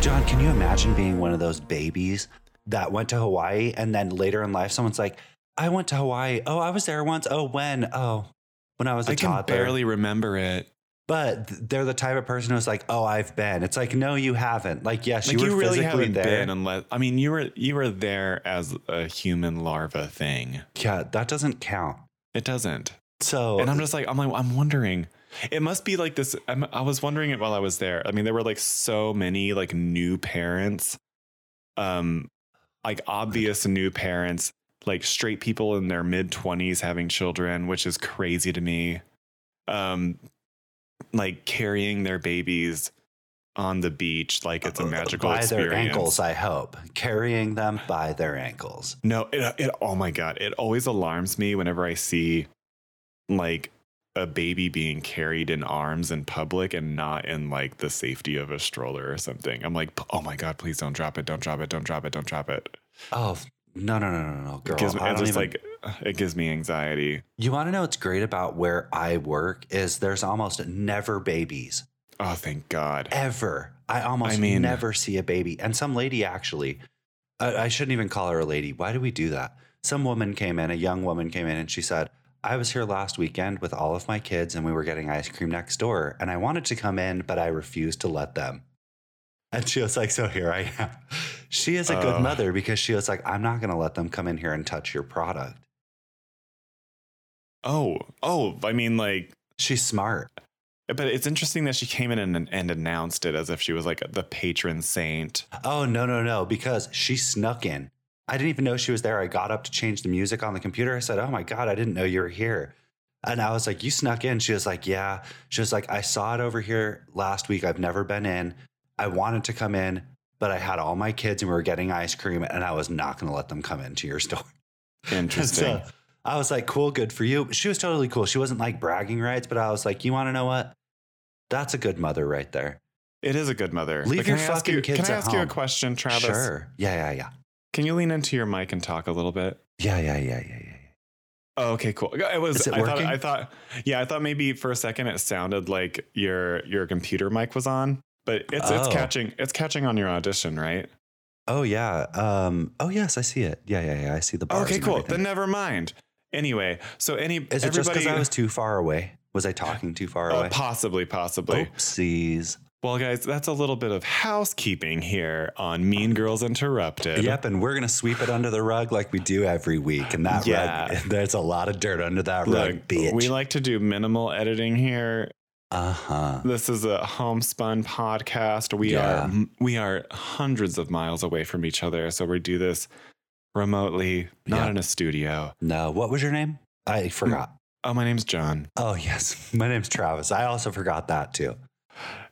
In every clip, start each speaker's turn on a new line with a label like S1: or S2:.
S1: John, can you imagine being one of those babies that went to Hawaii and then later in life someone's like, I went to Hawaii. Oh, I was there once. Oh, when? Oh, when I was a
S2: I can
S1: toddler.
S2: barely remember it.
S1: But th- they're the type of person who's like, "Oh, I've been." It's like, no, you haven't. Like, yes,
S2: Like
S1: you
S2: you,
S1: were
S2: really
S1: physically
S2: haven't
S1: there.
S2: been unless I mean you were you were there as a human larva thing.
S1: yeah, that doesn't count.
S2: It doesn't.
S1: So,
S2: And I'm just like I'm like I'm wondering. It must be like this. I'm, I was wondering it while I was there. I mean, there were like so many like new parents, um, like obvious new parents, like straight people in their mid twenties having children, which is crazy to me. Um, like carrying their babies on the beach, like it's a magical
S1: Uh, by
S2: experience.
S1: their ankles, I hope carrying them by their ankles.
S2: No, it, it, oh my God. It always alarms me whenever I see like a baby being carried in arms in public and not in like the safety of a stroller or something. I'm like, oh my God, please don't drop it. Don't drop it. Don't drop it. Don't drop it.
S1: Oh no, no, no, no, no, girl!
S2: it gives me,
S1: I
S2: it's
S1: don't
S2: just
S1: even,
S2: like, it gives me anxiety.
S1: you want to know what's great about where I work is there's almost never babies
S2: Oh, thank God.
S1: ever. I almost
S2: I mean-
S1: never see a baby. And some lady actually, I, I shouldn't even call her a lady. Why do we do that? Some woman came in, a young woman came in, and she said, I was here last weekend with all of my kids and we were getting ice cream next door. And I wanted to come in, but I refused to let them. And she was like, So here I am. She is a good
S2: Oh.
S1: mother because she was like, I'm not going to let them come in here and touch your product.
S2: Oh, oh, I mean, like,
S1: She's smart.
S2: but it's interesting that she came in and, and announced it as if she was like the patron saint.
S1: Oh, no, no, no, because she snuck in. I didn't even know she was there. I got up to change the music on the computer. I said, Oh my God, I didn't know you were here. And I was like, You snuck in. She was like, Yeah. She was like, I saw it over here last week. I've never been in. I wanted to come in, but I had all my kids and we were getting ice cream and I was not going to let them come into your store. And
S2: Interesting.
S1: So I was like, cool, good for you. She was totally cool. She wasn't like bragging rights, but I was like, you want to know what? That's a good mother right there.
S2: It is a good mother.
S1: Leave
S2: But
S1: your
S2: can I ask
S1: fucking
S2: you,
S1: kids
S2: Can I
S1: at
S2: ask you a
S1: home.
S2: question, Travis?
S1: Sure. Yeah, yeah, yeah.
S2: Can you lean into your mic and talk a little bit?
S1: Yeah, yeah, yeah, yeah, yeah.
S2: Oh, okay, cool. It was.
S1: Is it
S2: I thought.
S1: working?
S2: I thought. Yeah, I thought maybe for a second it sounded like your your computer mic was on, but it's it's
S1: Oh.
S2: catching it's catching on your audition, right?
S1: Oh yeah. Um. Oh yes, I see it. Yeah, yeah, yeah. I see the bars.
S2: okay,
S1: and
S2: cool. Then
S1: everything.
S2: never mind. Anyway, so any
S1: Is it just
S2: everybody
S1: because I was too far away? Was I talking too far
S2: uh,
S1: away? Oh.
S2: possibly possibly.
S1: Oopsies.
S2: Well, guys, that's a little bit of housekeeping here on Mean Girls Interrupted.
S1: Yep, and we're gonna sweep it under the rug like we do every week. And that
S2: Yeah.
S1: rug, there's a lot of dirt under that
S2: Look,
S1: rug, bitch.
S2: we like to do minimal editing here.
S1: uh huh.
S2: This is a homespun podcast. We
S1: Yeah.
S2: are we are hundreds of miles away from each other, so we do this remotely, not
S1: Yeah.
S2: in a studio.
S1: No, what was your name? I forgot.
S2: Oh, my name's John.
S1: Oh yes, my name's Travis. I also forgot that too.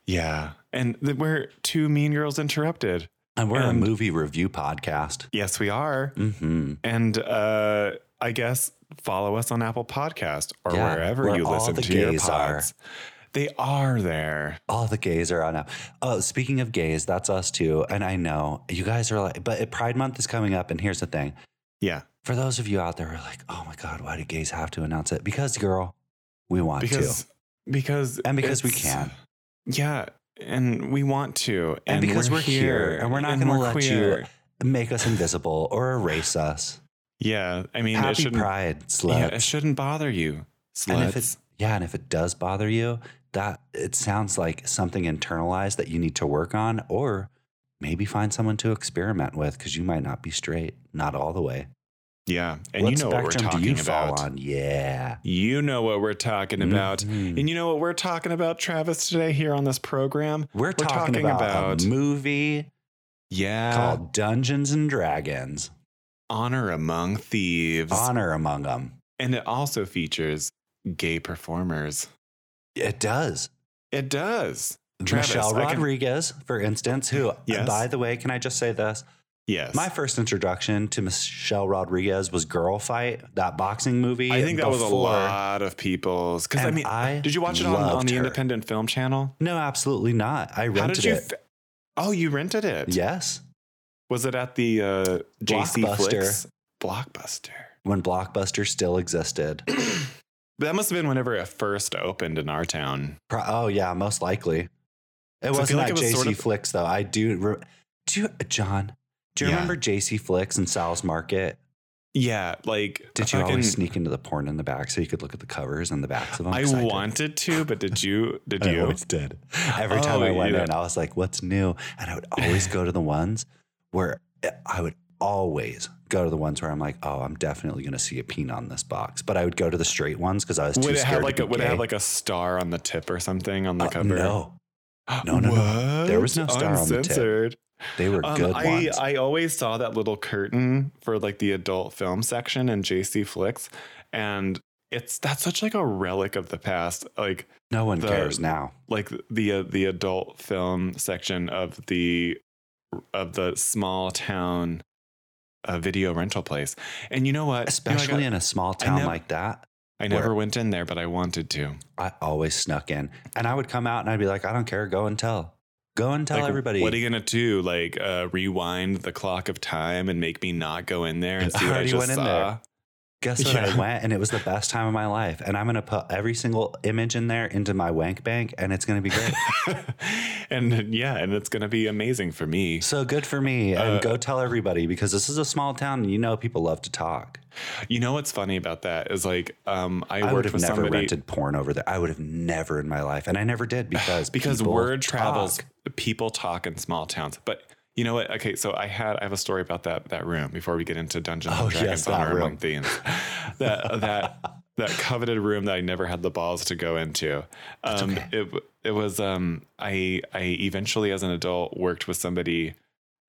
S2: Yeah, and th- we're two mean girls interrupted.
S1: And we're
S2: And-
S1: a movie review podcast.
S2: Yes, we are.
S1: Mm-hmm.
S2: And uh, I guess follow us on Apple Podcast or
S1: Yeah,
S2: wherever
S1: where
S2: you
S1: all
S2: listen
S1: the
S2: to your
S1: gays are.
S2: pods. They are there.
S1: All the gays are on now. Oh, speaking of gays, that's us too. And I know you guys are like, but Pride Month is coming up. And here's the thing
S2: Yeah,
S1: for those of you out there who are like, oh my God, why do gays have to announce it? Because, girl, we want
S2: because
S1: to.
S2: because
S1: And because we
S2: it's-
S1: can.
S2: Yeah, and we want to,
S1: And, because we're, here, and we're not
S2: and
S1: going to
S2: we're
S1: let
S2: queer.
S1: you make us invisible or erase us.
S2: Yeah, I mean, it
S1: Happy
S2: shouldn't.
S1: Pride, sluts.
S2: yeah, it shouldn't bother you,
S1: and if
S2: sluts.
S1: it, yeah, and if it does bother you, that it sounds like something internalized that you need to work on or maybe find someone to experiment with because you might not be straight, not all the way.
S2: Yeah, and
S1: what
S2: you know what we're
S1: spectrum
S2: talking
S1: do you
S2: about.
S1: fall on? Yeah.
S2: You know what we're talking about,
S1: Mhm.
S2: and you know what we're talking about, Travis. Today here on this program,
S1: We're, talking, about, a movie
S2: yeah,
S1: called Dungeons and Dragons
S2: Honor Among Thieves,
S1: Honor Among Them.
S2: and it also features gay performers.
S1: It does.
S2: It does. Travis,
S1: Michelle
S2: I can-
S1: Rodriguez, for instance, who, uh,
S2: Yes.
S1: by the way, can I just say this?
S2: Yes,
S1: My first introduction to Michelle Rodriguez was Girl Fight, that boxing movie.
S2: I think that was a
S1: before-
S2: lot of people's. Because I
S1: And
S2: mean,
S1: I
S2: did you watch it on, on
S1: loved
S2: the
S1: her.
S2: Independent Film Channel?
S1: No, absolutely not. I rented
S2: How did you?
S1: it.
S2: fe- oh, you rented it.
S1: yes,
S2: Was it at the uh, JC
S1: Blockbuster.
S2: Flicks? Blockbuster.
S1: when Blockbuster still existed.
S2: That must have been whenever it first opened in our town.
S1: Pro- oh yeah, most likely. It
S2: I feel
S1: wasn't
S2: like
S1: at
S2: it was
S1: JC
S2: sort of-
S1: Flicks though. I do. Re- do you, John? Do you
S2: Yeah.
S1: remember JC Flicks and Sal's Market?
S2: Yeah, like
S1: Did you always
S2: fucking-
S1: sneak into the porn in the back so you could look at the covers and the backs of them?
S2: I
S1: 'Cause did.
S2: wanted to, but did you? Did
S1: I
S2: you?
S1: always did. Every time
S2: Oh,
S1: I went
S2: yeah.
S1: in, I was like, "What's new?" And I would always go to the ones where eh, I would always go to the ones where I'm like, "Oh, I'm definitely going to see a peen on this box." But I would go to the straight ones because I was too
S2: Would it
S1: scared.
S2: have like
S1: to
S2: a
S1: be
S2: would it have
S1: gay.
S2: like a star on the tip or something on the
S1: Uh,
S2: cover?
S1: No, no, no, no. There was no
S2: What?
S1: star on the tip.
S2: Uncensored.
S1: they were
S2: Um,
S1: good
S2: I,
S1: ones.
S2: I always saw that little curtain for like the adult film section in JC Flicks, and it's that's such like a relic of the past. Like
S1: no one
S2: the-
S1: cares now.
S2: like the uh, the adult film section of the of the small town uh, video rental place. And you know what? You know, I got-
S1: especially in a small
S2: I
S1: town
S2: nev-
S1: like that.
S2: I
S1: where-
S2: never went in there, but I wanted to.
S1: I always snuck in, and I would come out and I'd be like, "I don't care, go and tell, go and tell
S2: Like,
S1: everybody."
S2: What are you gonna do? Like uh, rewind the clock of time and make me not go in there and
S1: I
S2: see what I
S1: already
S2: just
S1: went in
S2: saw?
S1: there. Guess what? I
S2: Yeah.
S1: went, and it was the best time of my life. And I'm gonna put every single image in there into my wank bank, and it's gonna be great.
S2: and yeah, and it's gonna be amazing for me.
S1: so good for me, and
S2: Uh,
S1: go tell everybody because this is a small town, and you know people love to talk.
S2: You know what's funny about that is like um, I,
S1: I, would
S2: worked
S1: have
S2: with
S1: never
S2: somebody
S1: rented porn over there. I would have never in my life, and I never did because
S2: because
S1: people
S2: word travels.
S1: talk.
S2: People talk in small towns, but you know what? Okay, so I had I have a story about that that room before we get into Dungeons
S1: Oh,
S2: and
S1: yes,
S2: Dragons
S1: that
S2: Honor
S1: room.
S2: Among Thieves. that that that coveted room that I never had the balls to go into.
S1: That's
S2: Um,
S1: okay.
S2: It it was um I I eventually as an adult worked with somebody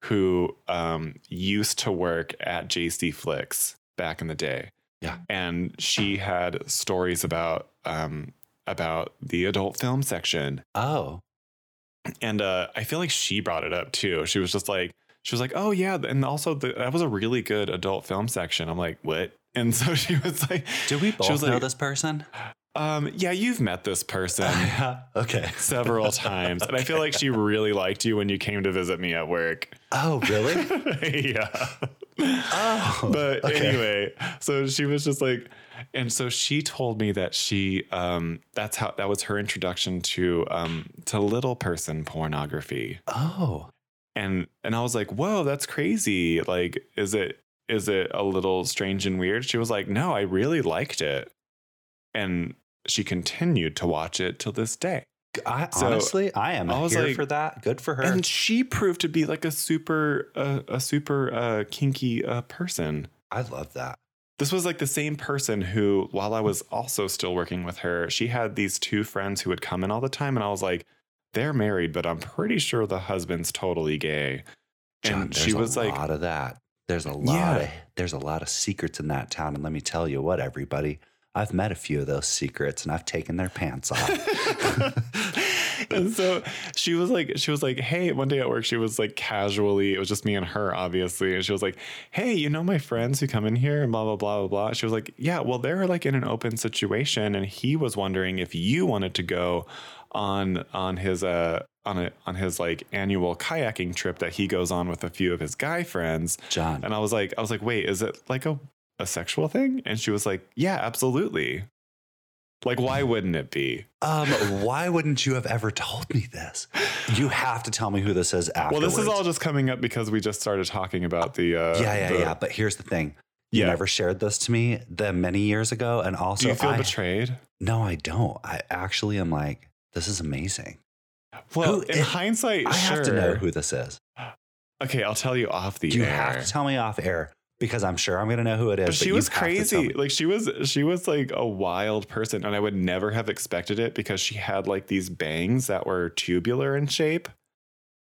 S2: who um used to work at JC Flicks back in the day.
S1: Yeah.
S2: and she had stories about um about the adult film section
S1: Oh,
S2: and uh, I feel like she brought it up too. She was just like, she was like, oh yeah, and also the, that was a really good adult film section. I'm like, what? And so she was like,
S1: do we both
S2: was
S1: know
S2: like-
S1: this person?
S2: um, yeah, you've met this person
S1: okay.
S2: several times, and I feel like she really liked you when you came to visit me at work.
S1: Oh, really?
S2: yeah.
S1: Oh,
S2: but
S1: okay.
S2: anyway, so she was just like, and so she told me that she, um, that's how that was her introduction to, um, to little person pornography.
S1: Oh,
S2: and and I was like, "Whoa, that's crazy! Like, is it is it a little strange and weird?" She was like, "No, I really liked it," and she continued to watch it till this day.
S1: I,
S2: So,
S1: honestly, I am
S2: I was
S1: here
S2: like-
S1: for that. Good for her.
S2: And she proved to be like a super uh, a super uh, kinky uh, person.
S1: I love that.
S2: This was like the same person who, while I was also still working with her, she had these two friends who would come in all the time, and I was like, "They're married, but I'm pretty sure the husband's totally gay."
S1: John,
S2: and she
S1: there's
S2: was
S1: a
S2: like,
S1: lot of that. There's a lot
S2: Yeah.
S1: of there's a lot of secrets in that town. And let me tell you what, everybody, I've met a few of those secrets and I've taken their pants off.
S2: and so she was like, she was like, hey, one day at work, she was like casually, it was just me and her, obviously. And she was like, hey, you know my friends who come in here and blah, blah, blah, blah, blah. She was like, yeah, well, they're like in an open situation. And he was wondering if you wanted to go on on his uh on a on his like annual kayaking trip that he goes on with a few of his guy friends.
S1: John,
S2: And I was like, I was like, wait, is it like a, a sexual thing? And she was like, yeah, absolutely. Like, why wouldn't it be?
S1: um, why wouldn't you have ever told me this? You have to tell me who this is afterwards.
S2: Well, this is all just coming up because we just started talking about the. Uh,
S1: yeah, yeah,
S2: the-
S1: yeah. But here's the thing. You
S2: Yeah.
S1: never shared this to me the many years ago. And also
S2: Do you feel
S1: I,
S2: betrayed?
S1: No, I don't. I actually am like, this is amazing.
S2: Well,
S1: Who-
S2: in
S1: it-
S2: hindsight,
S1: I
S2: sure.
S1: have to know who this is.
S2: okay, I'll tell you off the
S1: You
S2: air.
S1: have to tell me off air because I'm sure I'm going to know who it is.
S2: but she
S1: you
S2: was
S1: have to tell
S2: crazy.
S1: me.
S2: Like she was, she was like a wild person, and I would never have expected it because she had like these bangs that were tubular in shape.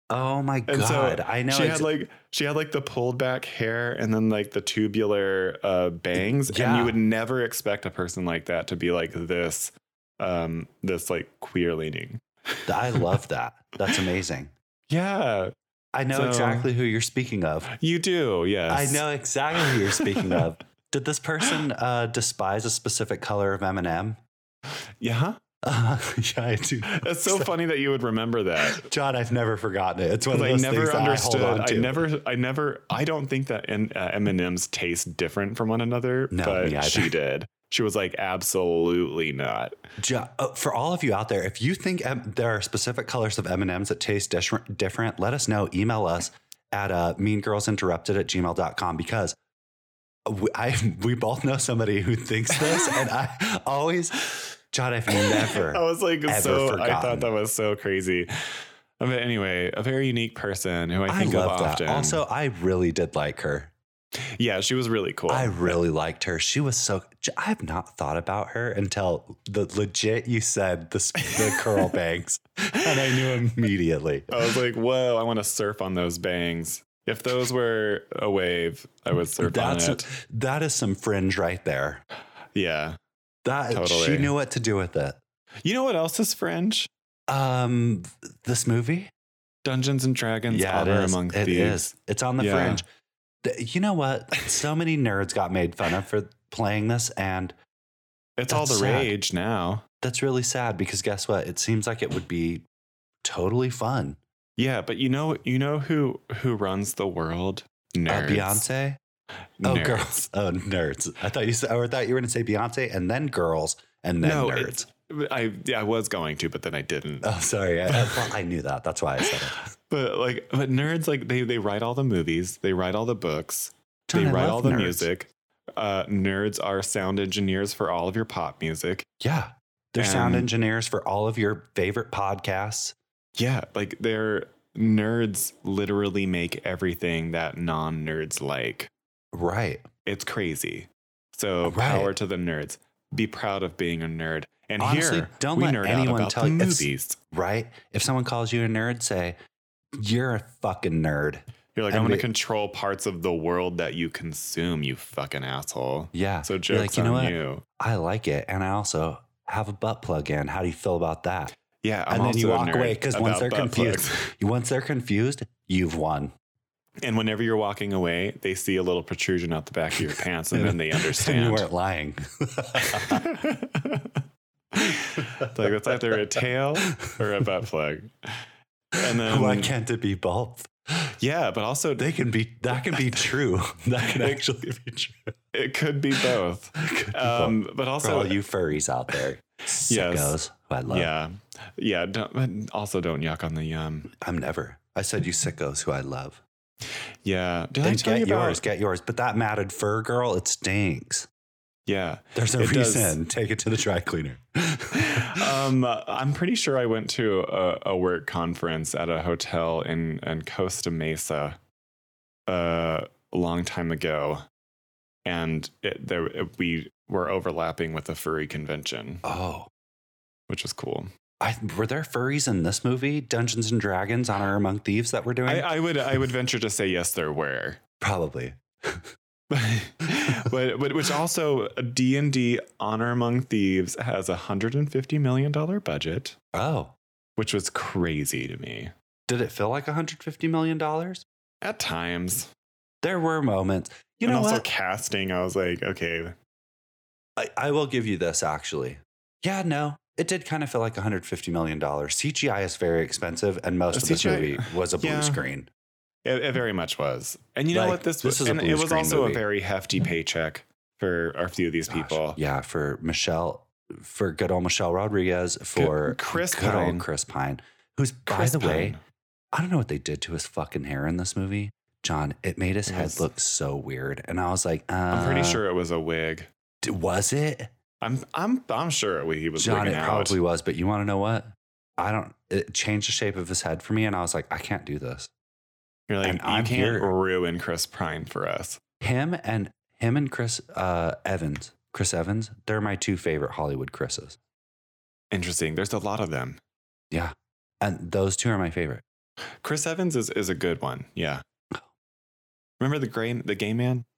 S1: Oh my
S2: And so
S1: god! I know.
S2: she
S1: It's,
S2: had like she had like the pulled back hair and then like the tubular uh, bangs, and
S1: Yeah.
S2: you would never expect a person like that to be like this, um, this like queer leaning.
S1: I love that. That's amazing.
S2: Yeah,
S1: I know
S2: So-
S1: exactly who you're speaking of.
S2: you do. Yes,
S1: I know exactly who you're speaking of. Did this person uh, despise a specific color of M&M?
S2: Yeah,
S1: Uh, yeah, I do.
S2: it's so funny that you would remember that.
S1: John, I've never forgotten it. It's one of
S2: 'Cause I
S1: those things
S2: never
S1: that
S2: understood.
S1: I hold
S2: I,
S1: on to.
S2: never. I never. I don't think that in, uh, M and M's taste different from one another.
S1: No, me
S2: but
S1: either.
S2: she did. She was like, absolutely not.
S1: Ju- uh, for all of you out there, if you think M- there are specific colors of M&Ms that taste dish- different, let us know. Email us at uh, meangirlsinterrupted at gmail.com because we, I, we both know somebody who thinks this and I always, John, I've never.
S2: I was like,
S1: ever
S2: so I
S1: forgotten.
S2: thought that was so crazy. But anyway, a very unique person who I
S1: I
S2: think
S1: love
S2: of
S1: that.
S2: often.
S1: Also, I really did like her.
S2: yeah, she was really cool.
S1: I really liked her. She was so. I have not thought about her until the legit you said the, s- the curl bangs, and I knew immediately.
S2: I was like, whoa, I want to surf on those bangs. If those were a wave, I would surf
S1: That's
S2: on it.
S1: that is some fringe right there.
S2: yeah.
S1: That she
S2: Totally.
S1: knew what to do with it.
S2: You know what else is fringe?
S1: Um, this movie.
S2: Dungeons and Dragons
S1: it
S2: Honor
S1: is.
S2: Among
S1: It
S2: Thieves.
S1: is. It's on the
S2: Yeah.
S1: fringe. Th- You know what? So many nerds got made fun of for playing this, and
S2: It's all the
S1: That's sad.
S2: rage now.
S1: that's really sad because guess what? It seems like it would be totally fun.
S2: Yeah, but you know you know who who runs the world?
S1: Uh,
S2: Nerds.
S1: Beyonce. Oh,
S2: Nerds.
S1: girls. Oh, nerds. I thought you said, or I thought you were going to say Beyonce and then girls and then
S2: No,
S1: nerds.
S2: it's- I yeah, I was going to, but then I didn't.
S1: Oh, sorry. I, I, thought I knew that. That's why I said it.
S2: But like, but nerds like they they write all the movies, they write all the books,
S1: John,
S2: they
S1: I
S2: write
S1: love
S2: all the
S1: nerds.
S2: music. Uh, nerds are sound engineers for all of your pop music.
S1: Yeah. They're sound
S2: And-
S1: engineers for all of your favorite podcasts.
S2: Yeah, like they're nerds. Literally make everything that non nerds like.
S1: Right.
S2: It's crazy. So
S1: Right.
S2: power to the nerds. Be proud of being a nerd. And
S1: Honestly,
S2: here,
S1: don't
S2: we
S1: let
S2: nerd
S1: anyone
S2: out about
S1: tell
S2: the
S1: you- it's-
S2: movies.
S1: Right. If someone calls you a nerd, say, you're a fucking nerd.
S2: You're like,
S1: and
S2: I'm going
S1: we-
S2: to control parts of the world that you consume. You fucking asshole.
S1: Yeah.
S2: So
S1: You're
S2: jokes
S1: like, you know
S2: on
S1: what?
S2: you.
S1: I like it. And I also have a butt plug in. How do you feel about that?
S2: Yeah, I'm
S1: and then
S2: also
S1: you
S2: a
S1: walk
S2: nerd
S1: away because once
S2: about
S1: they're
S2: butt
S1: confused,
S2: plugs.
S1: once they're confused, you've won.
S2: And whenever you're walking away, they see a little protrusion out the back of your pants and then they
S1: And you
S2: understand.
S1: weren't lying.
S2: It's like it's either a tail or a butt plug. And then
S1: Why can't it be both?
S2: yeah, but also
S1: They can be. That can be true. That can
S2: It-
S1: actually be true.
S2: it could be both.
S1: It could be both.
S2: Um, but
S1: For
S2: also
S1: all you furries out there, sickos, who I love.
S2: yeah, yeah. Don't, but also don't yuck on the um, yum.
S1: I'm never. I said you sickos, who I love.
S2: Yeah, did I
S1: Then
S2: tell
S1: get
S2: you about?
S1: yours, get yours. But that matted fur girl, it stinks.
S2: Yeah.
S1: There's a
S2: It does.
S1: reason. Take it to the dry cleaner.
S2: um, I'm pretty sure I went to a, a work conference at a hotel in, in Costa Mesa uh, a long time ago, and it, there it- we were overlapping with a furry convention,
S1: oh,
S2: which was cool.
S1: I, were there furries in this movie, Dungeons and Dragons, Honor Among Thieves, that we're doing?
S2: I, I would I would venture to say yes, there were,
S1: Probably.
S2: but, but which also D and D Honor Among Thieves has a hundred and fifty million dollar budget,
S1: Oh,
S2: which was crazy to me
S1: did it feel like 150 million dollars?
S2: at times.
S1: There were moments. You
S2: and
S1: know
S2: also
S1: what?
S2: casting, I was like, okay,
S1: I, I will give you this actually. Yeah, no, it did kind of feel like 150 million dollars. CGI is very expensive, and most
S2: Uh,
S1: of this
S2: CGI
S1: movie was a blue
S2: yeah.
S1: screen.
S2: it, it very much was. And you know
S1: Like,
S2: what? This,
S1: this
S2: was,
S1: is a
S2: and
S1: blue
S2: it was
S1: screen
S2: also
S1: movie.
S2: a very hefty paycheck for a few of these
S1: Gosh,
S2: people.
S1: Yeah, for Michelle, for good old Michelle Rodriguez, for
S2: Chris
S1: good
S2: Pine.
S1: old Chris Pine, who's
S2: Chris
S1: by the way,
S2: Pine.
S1: I don't know what they did to his fucking hair in this movie, John. It made his
S2: It
S1: head
S2: was-
S1: look so weird, and I was like, uh,
S2: I'm pretty sure it was a wig.
S1: d- was it?
S2: I'm I'm I'm sure it- he was
S1: John,
S2: wigging
S1: it
S2: out.
S1: probably was, but you want to know what? I don't. It changed the shape of his head for me, and I was like, I can't do this.
S2: You're like,
S1: and
S2: you
S1: I'm
S2: can't
S1: here."
S2: ruin Chris Prime for us.
S1: Him and him and Chris uh, Evans, Chris Evans, they're my two favorite Hollywood Chris's,
S2: Interesting. There's a lot of them.
S1: and those two are my favorite.
S2: Chris Evans is, is a good one. Yeah.
S1: Oh.
S2: Remember the gray the gay man?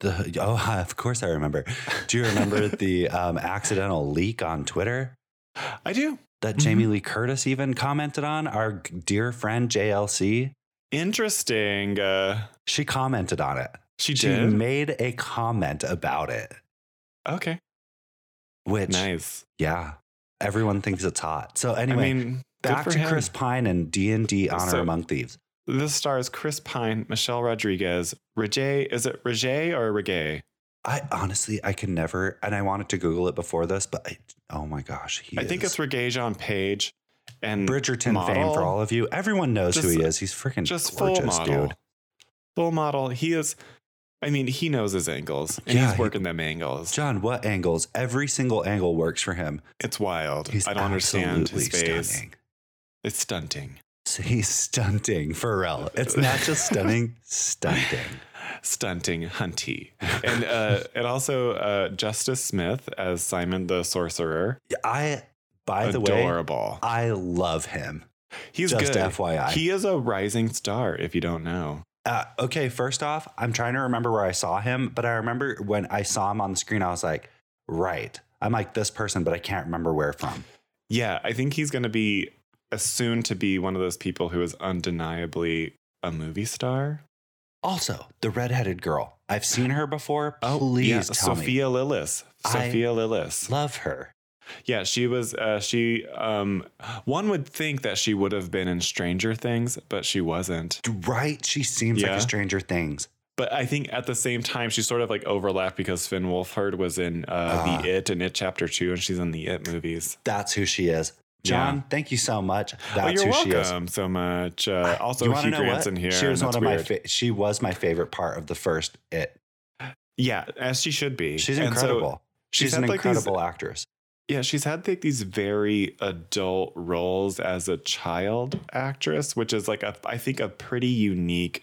S1: The, oh, of course I remember. Do you remember the um, accidental leak on Twitter
S2: I do.
S1: that
S2: Mhm.
S1: Jamie Lee Curtis even commented on? Our g- dear friend JLC,
S2: Interesting. Uh,
S1: she commented on it.
S2: she
S1: She
S2: did.
S1: made a comment about it,
S2: okay.
S1: which
S2: Nice.
S1: yeah, everyone thinks it's hot. So anyway,
S2: I mean, good
S1: back
S2: for
S1: to
S2: him.
S1: Chris Pine and D and D Honor
S2: So-
S1: Among Thieves.
S2: This stars Chris Pine, Michelle Rodriguez, Regé. Is it Regé or Regé?
S1: I honestly, I can never, and I wanted to Google it before this, but I, oh my gosh, he
S2: I think
S1: is
S2: it's Regajon Page and
S1: Bridgerton fame
S2: model.
S1: for all of you. Everyone knows who
S2: Just-
S1: he is. He's freaking
S2: just full
S1: gorgeous,
S2: model.
S1: dude.
S2: Full model. He is. I mean, he knows his angles, and
S1: Yeah,
S2: he's
S1: he-
S2: working them angles.
S1: John, what angles? Every single angle works for him.
S2: It's wild.
S1: He's
S2: I don't understand his
S1: absolutely
S2: face.
S1: stunning.
S2: It's stunting.
S1: So he's stunting, Pharrell. It's not just stunning, stunting.
S2: Stunting Hunty. And uh, and also uh, Justice Smith as Simon the Sorcerer.
S1: I, by the way,
S2: Adorable.
S1: I love him.
S2: He's
S1: just
S2: good.
S1: FYI.
S2: He is a rising star, if you don't know.
S1: Uh, okay, first off, I'm trying to remember where I saw him, but I remember when I saw him on the screen, I was like, right. I'm like this person, but I can't remember where from.
S2: Yeah, I think he's going to be as soon to be one of those people who is undeniably a movie star.
S1: Also, the redheaded girl. I've seen her before. Please
S2: Oh, yeah,
S1: tell me.
S2: Sophia Lillis.
S1: I
S2: Sophia Lillis.
S1: Love her.
S2: Yeah, she was. Uh, she. Um, one would think that she would have been in Stranger Things, but she wasn't.
S1: Right? She seems like
S2: Yeah.
S1: a Stranger Things.
S2: But I think at the same time, she sort of like overlapped because Finn Wolfhard was in uh,
S1: Ah.
S2: the It and It Chapter Two, and she's in the It movies.
S1: That's who she is. John, thank you so much.
S2: oh,
S1: That's
S2: you're
S1: who she is.
S2: welcome so much. Uh, also,
S1: You wanna
S2: Hugh
S1: know
S2: Grant's
S1: what?
S2: in here.
S1: She was
S2: and
S1: one
S2: it's
S1: of my
S2: weird.
S1: fa- she was my favorite part of the first it.
S2: Yeah, as she should be.
S1: She's
S2: And so
S1: incredible. she's
S2: had,
S1: an
S2: like, these-
S1: incredible actress.
S2: yeah, she's had like these very adult roles as a child actress, which is like a I think a pretty unique.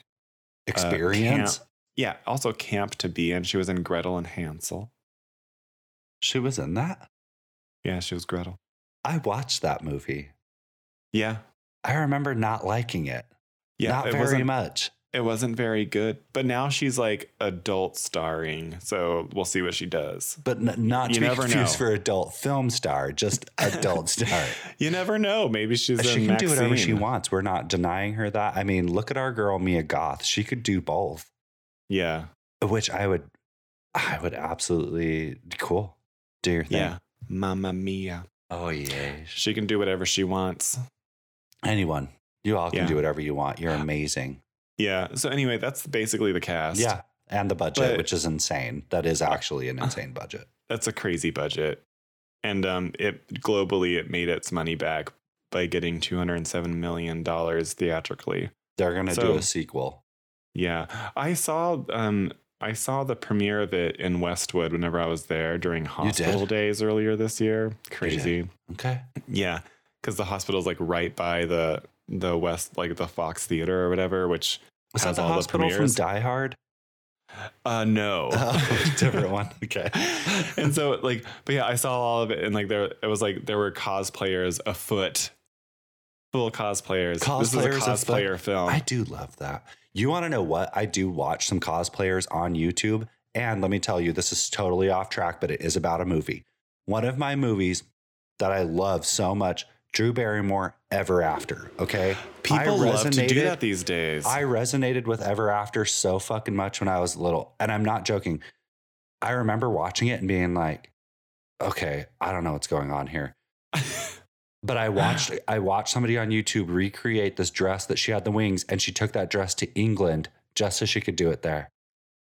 S2: uh,
S1: Experience.
S2: Yeah, also camp to be in. She was in Gretel and Hansel.
S1: she was in that.
S2: Yeah, she was Gretel.
S1: I watched that movie.
S2: Yeah,
S1: I remember not liking it.
S2: yeah.
S1: not
S2: it
S1: very
S2: wasn't,
S1: much.
S2: It wasn't very good, but now she's like adult starring, so we'll see what she does.
S1: But n- not to
S2: You
S1: be
S2: never
S1: confused
S2: know.
S1: for adult film star, just adult star.
S2: You never know. Maybe she's
S1: she
S2: in
S1: can do whatever she
S2: Maxine.
S1: wants. We're not denying her that. I mean, look at our girl Mia Goth. She could do both,
S2: Yeah,
S1: which I would, I would absolutely cool. Do your thing.
S2: yeah. Mamma mia.
S1: Oh yeah.
S2: She can do whatever she wants.
S1: Anyone, you all can
S2: Yeah.
S1: do whatever you want. You're amazing.
S2: Yeah. So anyway, that's basically the cast.
S1: Yeah, and the budget,
S2: But-
S1: which is insane. That is actually an insane budget.
S2: That's a crazy budget. And um it globally it made its money back by getting 207 million dollars theatrically.
S1: They're gonna
S2: So-
S1: do a sequel.
S2: Yeah. I saw um I saw the premiere of it in Westwood whenever I was there during hospital
S1: did?
S2: days earlier this year. Crazy.
S1: Okay.
S2: Yeah. Cuz the hospital's like right by the the West like the Fox Theater or whatever, which
S1: Is
S2: Has
S1: that the
S2: all the
S1: hospital from
S2: premieres?
S1: Die Hard?
S2: uh no.
S1: Oh, different one. Okay.
S2: and so like but yeah i saw all of it and like there it was like there were cosplayers afoot full cosplayers this is a
S1: Cosplayers afoot.
S2: cosplayer film
S1: I do love that. You want to know what? I do watch some cosplayers on YouTube. And let me tell you, this is totally off track, but it is about a movie. One of my movies that I love so much, Drew Barrymore, Ever After. Okay.
S2: people
S1: I
S2: love to do
S1: resonated-
S2: that these days
S1: I resonated with Ever After so fucking much when I was little. And I'm not joking. I remember watching it and being like, okay, I don't know what's going on here. But I watched I watched somebody on YouTube recreate this dress that she had the wings and she took that dress to England just so she could do it there.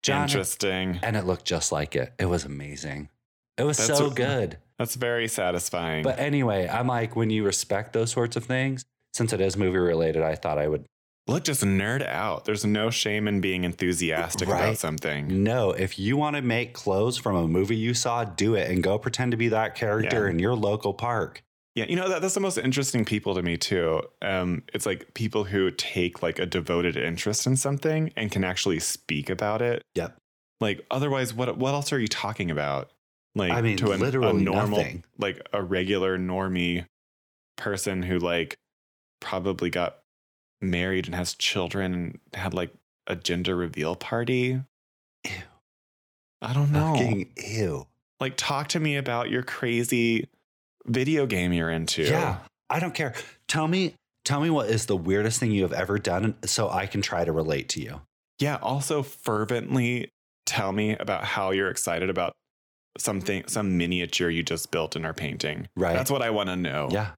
S1: John,
S2: interesting
S1: and it looked just like it. It was amazing. It was
S2: That's
S1: so
S2: a-
S1: good.
S2: that's very satisfying
S1: But anyway, I'm like when you respect those sorts of things, since it is movie related, I thought I would
S2: look just nerd out there's no shame in being enthusiastic
S1: Right.
S2: about something
S1: No, if you want to make clothes from a movie you saw, do it and go pretend to be that character
S2: Yeah.
S1: in your local park.
S2: yeah you know that, that's the most interesting people to me too um it's like people who take like a devoted interest in something and can actually speak about it
S1: Yep.
S2: Like otherwise, what what else are you talking about? Like
S1: I mean,
S2: to an, a
S1: literally
S2: normal,
S1: nothing.
S2: like a regular normie person who like probably got married and has children and had like a gender reveal party.
S1: Ew.
S2: I don't know.
S1: Fucking ew.
S2: Like, talk to me about your crazy video game you're into.
S1: Yeah. I don't care. Tell me, tell me what is the weirdest thing you have ever done so I can try to relate to you.
S2: Yeah, also fervently tell me about how you're excited about something, some miniature you just built and are painting.
S1: Right.
S2: That's what I want to know.
S1: Yeah.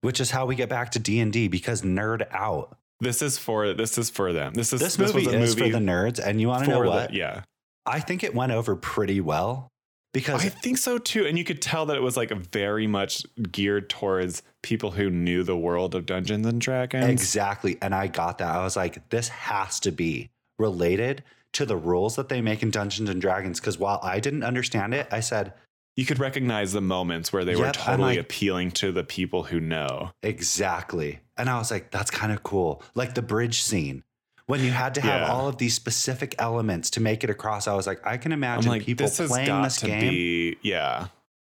S1: Which is how we get back to D&D because nerd out.
S2: This is for this is for them. This is
S1: This,
S2: was
S1: movie
S2: a
S1: is for the nerds and you want to know
S2: for the-
S1: what?
S2: yeah.
S1: I think it went over pretty well because
S2: I think so too. And you could tell that it was like very much geared towards people who knew the world of Dungeons and Dragons.
S1: exactly. And I got that. I was like, this has to be related to the rules that they make in Dungeons and Dragons. Because while I didn't understand it, I said,
S2: You could recognize the moments where they were
S1: Yep, I'm
S2: totally
S1: like-
S2: appealing to the people who know.
S1: Exactly. And I was like, that's kind of cool. Like the bridge scene. When you had to have
S2: Yeah.
S1: all of these specific elements to make it across, I was like, I can
S2: I'm
S1: imagine
S2: like,
S1: people
S2: this has
S1: playing
S2: got
S1: this
S2: to
S1: game.
S2: be, yeah.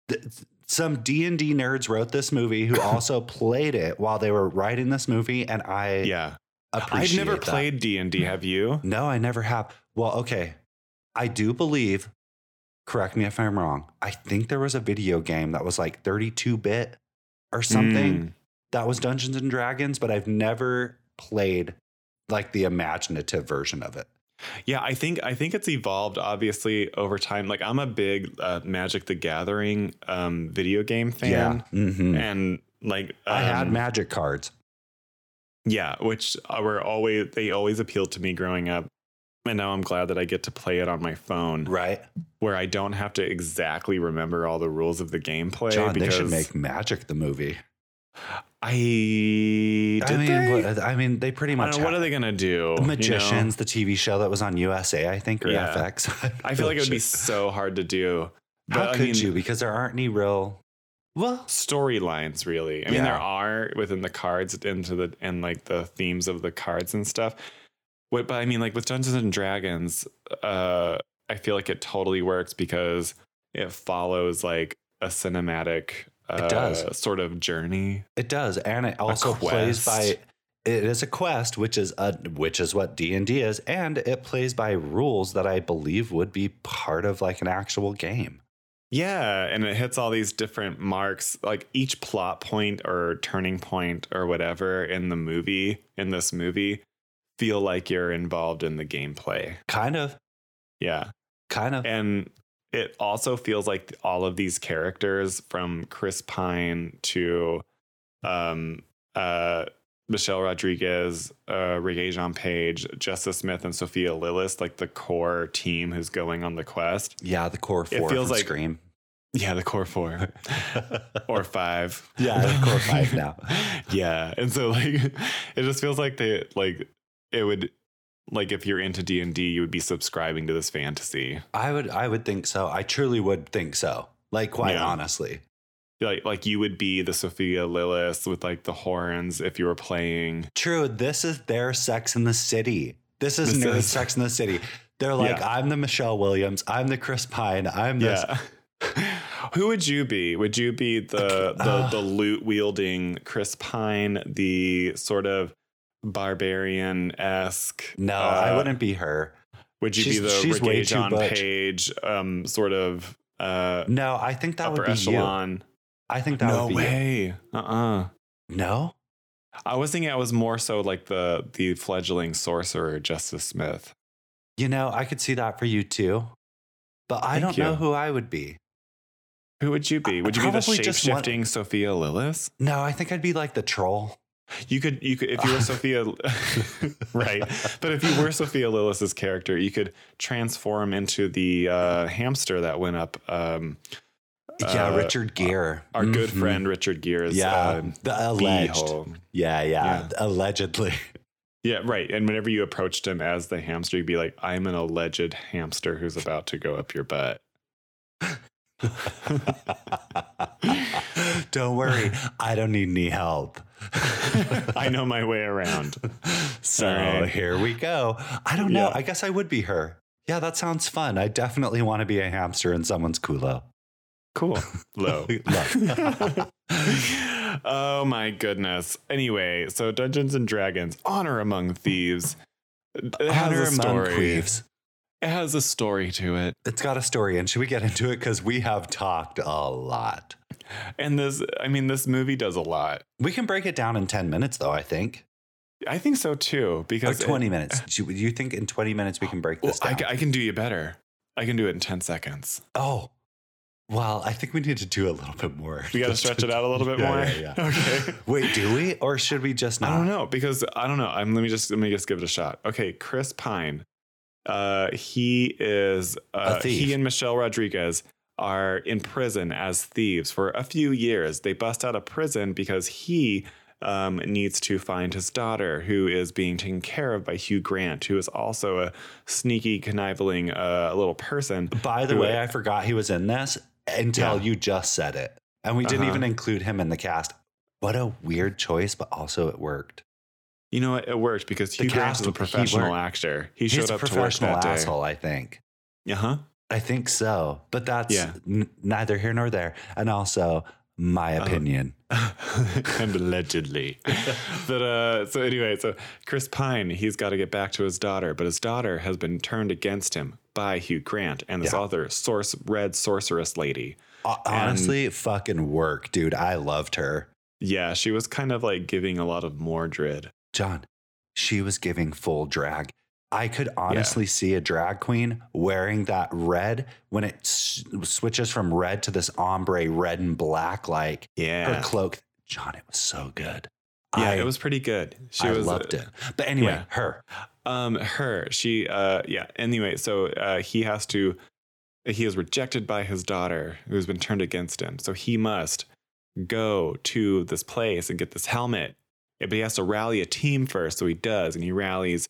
S1: Th- Some D and D nerds wrote this movie who also played it while they were writing this movie, and I
S2: Yeah. I've
S1: appreciate.
S2: never
S1: that.
S2: played D&D, have you?
S1: No, I never have. Well, okay, I do believe. Correct me if I'm wrong. I think there was a video game that was like 32 bit or something
S2: Mm.
S1: that was Dungeons and Dragons, but I've never played like the imaginative version of it.
S2: Yeah, I think I think it's evolved obviously over time. Like I'm a big uh, Magic the Gathering um, video game fan,
S1: Mhm.
S2: and like
S1: I had
S2: um,
S1: magic cards.
S2: yeah, which uh, were always they always appealed to me growing up, and now I'm glad that I get to play it on my phone,
S1: Right.
S2: where I don't have to exactly remember all the rules of the gameplay.
S1: John, they
S2: because
S1: should make Magic the movie.
S2: I did
S1: I mean,
S2: they?
S1: What, I mean, they pretty
S2: I don't
S1: much
S2: know, what
S1: have-
S2: are they gonna do?
S1: The
S2: you know?
S1: Magicians, the TV show that was on USA, I think, or
S2: Yeah.
S1: FX.
S2: I feel like it would be so hard to do.
S1: How
S2: but, I
S1: could
S2: mean,
S1: you? Because there aren't any real. Well,
S2: storylines really i mean
S1: Yeah.
S2: there are within the cards into the and like the themes of the cards and stuff what but i mean like with dungeons and dragons uh i feel like it totally works because it follows like a cinematic uh,
S1: does.
S2: sort of journey
S1: it does, and it also plays by.
S2: quest.
S1: It is a quest, which is a which is what D and D is, and it plays by rules that I believe would be part of like an actual game.
S2: yeah and it hits all these different marks like each plot point or turning point or whatever in the movie in this movie feel like you're involved in the gameplay
S1: Kind of,
S2: yeah
S1: kind of.
S2: and it also feels like all of these characters from Chris Pine to um uh Michelle Rodriguez, uh Regé Jean Page, Justice Smith, and Sophia Lillis, like the core team who's going on the quest.
S1: yeah, the core four.
S2: feels
S1: from
S2: like-
S1: Scream.
S2: Yeah, the core four. or five.
S1: Yeah, the core five now.
S2: yeah. And so like it just feels like they like it would like if you're into D and D, you would be subscribing to this fantasy.
S1: I would, I would think so. I truly would think so. Like quite
S2: Yeah.
S1: honestly,
S2: like like you would be the Sophia Lillis with like the horns if you were playing.
S1: true. This is their Sex in the City. This is
S2: This
S1: nerd
S2: is-
S1: Sex in the City. They're like,
S2: Yeah.
S1: I'm the Michelle Williams. I'm the Chris Pine. I'm this.
S2: Yeah. Who would you be? Would you be the
S1: Okay,
S2: the,
S1: uh.
S2: the loot wielding Chris Pine, the sort of barbarian esque?
S1: No, I wouldn't be her.
S2: uh, Would you
S1: She's-
S2: be the
S1: she's way
S2: Regé
S1: too
S2: Jean
S1: butch.
S2: Page um, sort of uh,
S1: No, I think that
S2: upper
S1: would be you.
S2: echelon?
S1: I think that
S2: No
S1: would be
S2: way. Uh uh
S1: you. No,
S2: I was thinking I was more so like the the fledgling sorcerer Justice Smith.
S1: you know, I could see that for you too, but I
S2: Thank
S1: don't know
S2: you.
S1: who I would be.
S2: Who would you be?
S1: I-
S2: Would you
S1: I
S2: be the
S1: probably
S2: shape
S1: just want-
S2: shifting Sophia Lillis?
S1: No, I think I'd be like the troll.
S2: You could, you could, if you were Sophia, right? But if you were Sophia Lillis's character, you could transform into the uh, hamster that went up. Um,
S1: yeah,
S2: uh,
S1: Richard Gere,
S2: Our good
S1: Mhm.
S2: friend Richard Gere's
S1: Yeah,
S2: uh,
S1: the alleged.
S2: beehole.
S1: Yeah, yeah,
S2: Yeah.
S1: allegedly.
S2: Yeah, right. And whenever you approached him as the hamster, you'd be like, "I'm an alleged hamster who's about to go up your butt."
S1: don't worry, I don't need any help.
S2: I know my way around.
S1: So
S2: All right.
S1: here we go. I don't know.
S2: Yeah.
S1: I guess I would be her. Yeah, that sounds fun. I definitely want to be a hamster in someone's culo.
S2: Cool. Low.
S1: Low.
S2: oh my goodness. Anyway, so Dungeons and Dragons, Honor Among Thieves. It
S1: Honor
S2: has a
S1: among
S2: story. It
S1: queefs.
S2: has a story to it.
S1: It's got a story, and should we get into it? Because we have talked a lot.
S2: And this I mean this movie does a lot.
S1: We can break it down in 10 minutes, though, I think.
S2: I think so too
S1: Or
S2: because it-
S1: 20 minutes. Do you, you think in 20 minutes we can break
S2: Well,
S1: this
S2: I,
S1: down?
S2: ca- I can do you better. I can do it in 10 seconds.
S1: oh, well, I think we need to do a little bit more.
S2: We got to stretch it out a little bit
S1: Yeah,
S2: more.
S1: yeah, yeah.
S2: Okay.
S1: Wait, do we? Or should we just not?
S2: I don't know because I don't know. I'm let me just let me just give it a shot. Okay, Chris Pine. Uh, he is uh,
S1: thief.
S2: he and Michelle Rodriguez are in prison as thieves for a few years. They bust out of prison because he um, needs to find his daughter, who is being taken care of by Hugh Grant, who is also a sneaky, conniving uh, little person.
S1: By the
S2: Do
S1: way,
S2: it.
S1: I forgot he was in this until
S2: Yeah.
S1: you just said it. And we didn't
S2: Uh-huh.
S1: even include him in the cast. What a weird choice, but also it worked.
S2: You know, what? it worked because
S1: The
S2: Hugh Grant
S1: cast-
S2: is a
S1: he
S2: professional
S1: worked.
S2: actor. He
S1: He's
S2: showed
S1: a
S2: up to work
S1: professional
S2: that day.
S1: asshole, I think.
S2: Uh huh.
S1: I think so. But that's
S2: Yeah.
S1: n- neither here nor there. And also my
S2: Oh.
S1: opinion.
S2: and allegedly. but uh, so anyway, so Chris Pine, he's got to get back to his daughter, but his daughter has been turned against him by Hugh Grant and this
S1: Yeah.
S2: other source red sorceress lady.
S1: O- Honestly, fucking work, dude. I loved her.
S2: Yeah, she was kind of like giving a lot of Mordred.
S1: John, she was giving full drag. I could honestly see a drag queen wearing that red when it s- switches from red to this ombre red and black, like her
S2: Yeah,
S1: cloak. John, it was so good.
S2: yeah,
S1: I,
S2: it was pretty good. She
S1: I
S2: was uh,
S1: loved it. But anyway,
S2: yeah.
S1: her.
S2: Um, her, she, uh, yeah. Anyway, so uh, he has to, he is rejected by his daughter, who's been turned against him. So he must go to this place and get this helmet. Yeah, But he has to rally a team first, so he does, and he rallies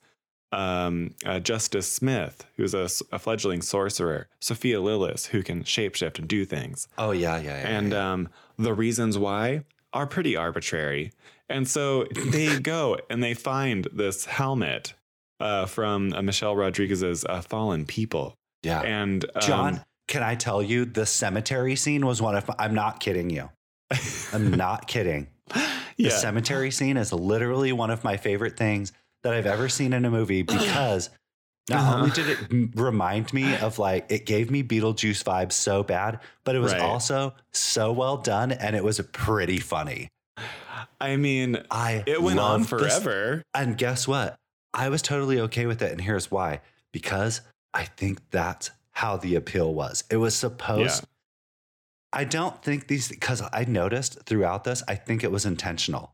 S2: um, uh, Justice Smith, who's a, s- a fledgling sorcerer, Sophia Lillis, who can shapeshift and do things,
S1: Oh, yeah, yeah, yeah.
S2: and
S1: yeah.
S2: um, the reasons why are pretty arbitrary. And so they go and they find this helmet uh, from uh, Michelle Rodriguez's uh, Fallen People.
S1: yeah.
S2: And um,
S1: John, can I tell you the cemetery scene was one of my, I'm not kidding you. I'm not kidding. The
S2: yeah,
S1: cemetery scene is literally one of my favorite things that I've ever seen in a movie because not
S2: Uh-huh.
S1: only did it m- remind me of like it gave me Beetlejuice vibes so bad, but it was
S2: Right.
S1: also so well done and it was pretty funny.
S2: I mean,
S1: I
S2: it went on
S1: loved this-
S2: forever.
S1: and guess what? I was totally okay with it. And here's why because I think that's how the appeal was. It was supposed, I don't think these, because I noticed throughout this, I think it was intentional